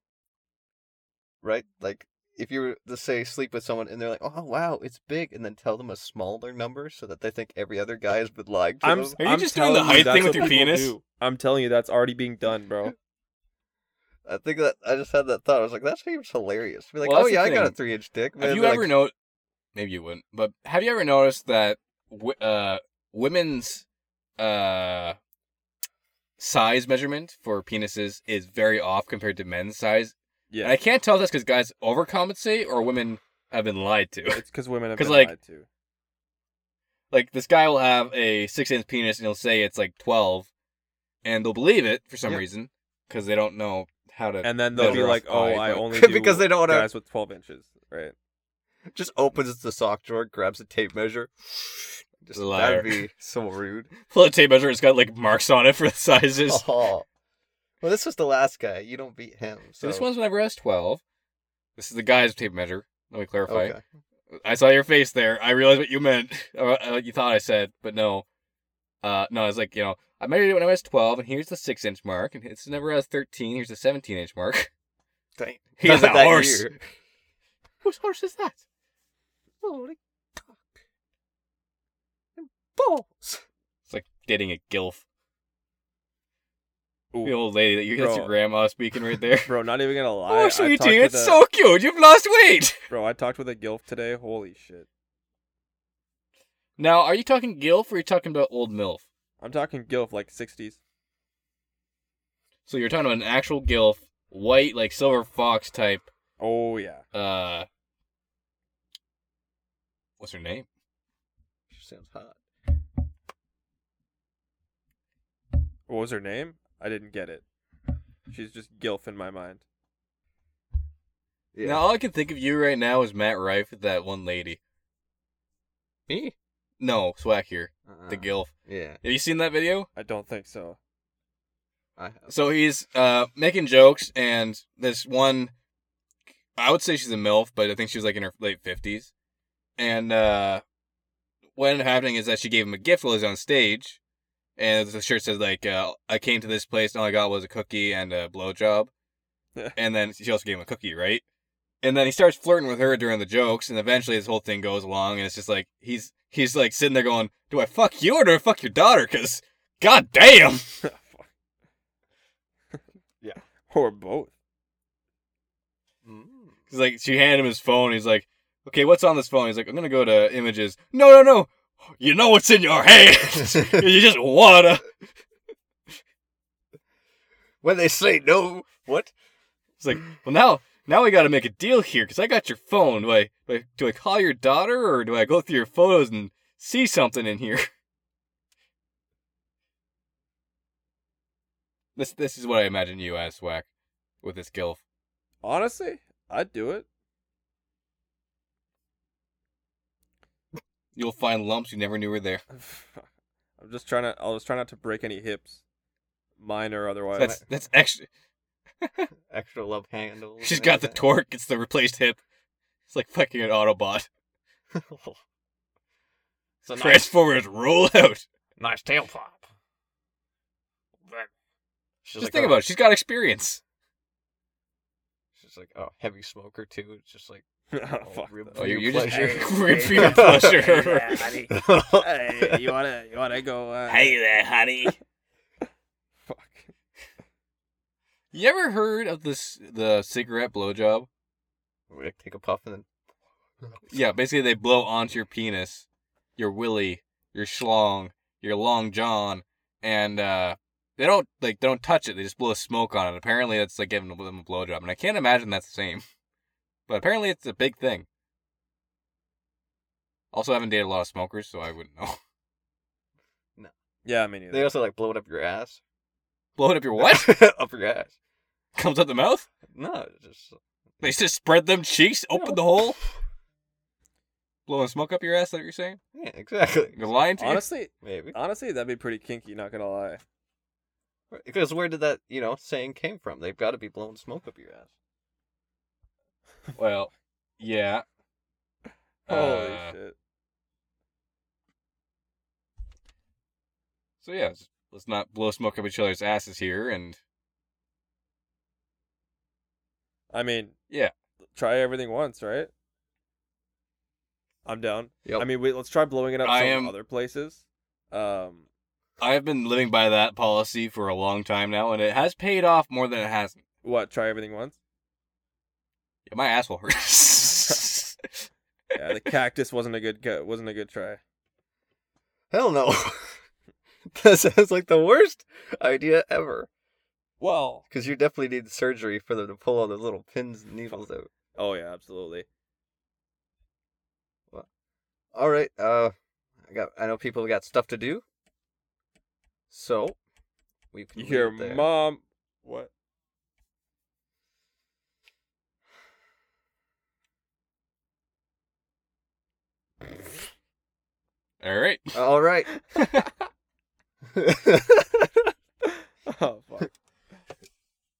S2: right? Like if you were to say sleep with someone and they're like, "Oh wow, it's big," and then tell them a smaller number so that they think every other guy has been lying to
S1: I'm.
S2: them.
S3: Are you
S1: I'm
S3: just doing the
S1: telling you,
S3: height
S1: that's
S3: thing with
S1: what
S3: your
S1: people
S3: penis?
S1: do. I'm telling you, that's already being done,
S3: (laughs)
S1: bro.
S2: I think that I just had that thought. I was like, "That seems hilarious." Be like,
S3: Well,
S2: "Oh
S3: that's the
S2: yeah, I got a
S3: thing.
S2: three inch dick."
S3: Have
S2: man."
S3: you
S2: They're
S3: ever
S2: like,
S3: know? Maybe you wouldn't, but have you ever noticed that w- uh, women's uh, size measurement for penises is very off compared to men's size? And
S1: Yeah,
S3: I can't tell if that's because guys overcompensate or women have been lied
S1: (laughs)
S3: to. (laughs)
S1: it's because women have
S3: 'Cause,
S1: been
S3: like-
S1: lied to.
S3: like this guy will have a six inch penis and he'll say it's like twelve, and they'll believe it for some
S2: Yeah.
S3: reason because they don't know how to.
S1: And then they'll be
S3: measure off
S1: like, "Oh,
S3: height,
S1: I
S3: but- (laughs)
S1: only do
S2: Because they don't wanna-
S1: guys with 12 inches, right?"
S2: Just opens the sock drawer, grabs a tape
S3: (sighs)
S2: measure. Just
S3: Liar.
S2: that'd be so
S3: (laughs)
S2: rude.
S3: Well, the tape measure, it's got like marks on it for the (laughs) sizes.
S2: Oh. (laughs) Well, this was the last guy. You don't beat him. So
S3: So this one's whenever I was 12. This is the guy's tape measure. Let me clarify.
S2: okay.
S3: I saw your face there. I realized what you meant. (laughs) Or, uh, what you thought I said, but no. Uh, no, I was like, you know, I measured it when I was 12, and here's the 6 inch mark. And it's whenever I was 13, here's the 17 inch mark. (laughs)
S2: Dang.
S3: He is a
S2: Not that
S3: horse.
S2: year.
S3: Whose horse is that?
S4: Holy cock. And balls.
S3: It's like dating a gilf.
S1: Ooh.
S3: The old lady that you that's
S1: Bro.
S3: your grandma speaking right there.
S1: (laughs) Bro, not even gonna lie.
S3: (laughs) oh,
S1: I talked
S3: sweetie,
S1: with
S3: it's
S1: a-
S3: so (laughs) cute. You've lost weight. (laughs)
S1: Bro, I talked with a gilf today. Holy shit.
S3: Now, are you talking gilf or are you talking about old milf?
S1: I'm talking gilf like 60s.
S3: So you're talking about an actual gilf, white like silver fox type.
S1: Oh yeah.
S3: Uh, what's her name?
S2: She sounds hot.
S1: What was her name? I didn't get it. She's just gilf in my mind.
S2: Yeah.
S3: Now all I can think of you right now is Matt Rife with that one lady.
S2: me?
S3: No, Swack here,
S2: Uh-uh.
S3: the Gilf.
S2: Yeah.
S3: Have you seen that video?
S1: I don't think so.
S2: I have.
S3: So he's uh, making jokes, and this one, I would say she's a MILF, but I think she was like in her late 50s. And uh, what ended up happening is that she gave him a gift while he was on stage. And the shirt says, like, uh, I came to this place, and all I got was a cookie and a blowjob.
S1: Yeah.
S3: and then she also gave him a cookie, right? And then he starts flirting with her during the jokes, and eventually this whole thing goes along, and it's just like, he's he's like sitting there going, Do I fuck you or do I fuck your daughter? Because, god damn!
S1: Fuck.
S3: (laughs)
S1: yeah, or both.
S2: Mm.
S3: He's like, she handed him his phone. He's like, okay, what's on this phone? He's like, I'm gonna go to images. No, no, no. You know what's in your hand. you just wanna.
S2: When they say no, what?
S3: It's like, well, now, now we gotta make a deal here because I got your phone. Do I, do I, do I call your daughter or do I go through your photos and see something in here? (laughs) This, this is what I imagine you as, Whack, with this gilf.
S1: Honestly, I'd do it. (laughs)
S3: You'll find lumps you never knew were there.
S1: I'm just trying to. I was trying not to break any hips, mine or otherwise. (laughs)
S3: That's that's extra.
S2: Extra love handles.
S3: She's
S2: and
S3: got the
S2: everything.
S3: torque. It's the replaced hip. It's like fucking an Autobot.
S2: (laughs)
S4: It's a nice,
S3: Transformers roll out.
S4: nice tail pop.
S2: She's
S3: Just
S2: like,
S3: think
S2: oh,
S3: about it. She's got experience.
S2: She's like, oh, heavy smoker too. It's just
S3: (laughs)
S2: like, oh,
S1: Fuck.
S2: rib-
S3: Oh,
S2: your
S3: you're, you're just
S2: pleasure. (laughs)
S3: (laughs) repeating pleasure.
S4: honey.
S3: Oh,
S1: Hey, you wanna you wanna go? Uh,
S4: there, honey.
S1: Fuck.
S3: (laughs) You ever heard of this the cigarette blowjob?
S2: We're gonna take a puff and then.
S3: Yeah, basically they blow onto your penis, your willy, your schlong, your long john, and uh, they don't like they don't touch it. They just blow smoke on it. Apparently that's like giving them a blowjob, and I can't imagine that's the same. (laughs) But apparently it's a big thing. Also, I haven't dated a lot of smokers, so I wouldn't know. (laughs)
S1: Yeah, me neither.
S2: They also like blow it up your ass.
S3: blow it up
S2: (laughs)
S3: your what?
S2: up your ass.
S3: Comes up the mouth.
S2: No, it's just
S3: (laughs) They just spread them cheeks, open the hole, blowing smoke up your ass. Like you're saying,
S2: yeah,
S3: (laughs)
S2: exactly.
S3: you're lying to you.
S1: honestly,
S2: Maybe
S1: honestly, that'd be pretty kinky. Not gonna lie.
S2: because where did that you know saying came from? They've got to be blowing smoke up your ass.
S3: Well, yeah.
S1: Holy
S3: Uh,
S1: shit.
S3: So yeah, let's- let's not blow smoke up each other's asses here, and
S1: I mean,
S3: Yeah.
S1: Try everything once, right? I'm down.
S2: Yep.
S1: I mean, wait, let's try blowing it up
S3: I
S1: some
S3: am-
S1: other places. Um,
S3: I've been living by that policy for a long time now, and it has paid off more than it hasn't.
S1: what? Try everything once.
S3: Yeah, my ass will hurt.
S1: Yeah, the cactus wasn't a good go- wasn't a good try.
S2: Hell no. (laughs) that sounds like the worst idea ever.
S1: Well,
S2: Because you definitely need surgery for them to pull all the little pins and needles out.
S1: oh yeah, absolutely.
S2: All right. Uh, I got. I know people got stuff to do. So, we can
S1: You
S2: leave
S1: hear
S2: it there.
S1: mom? What?
S3: (laughs)
S2: (laughs)
S3: All right.
S2: All right.
S1: (laughs) oh fuck.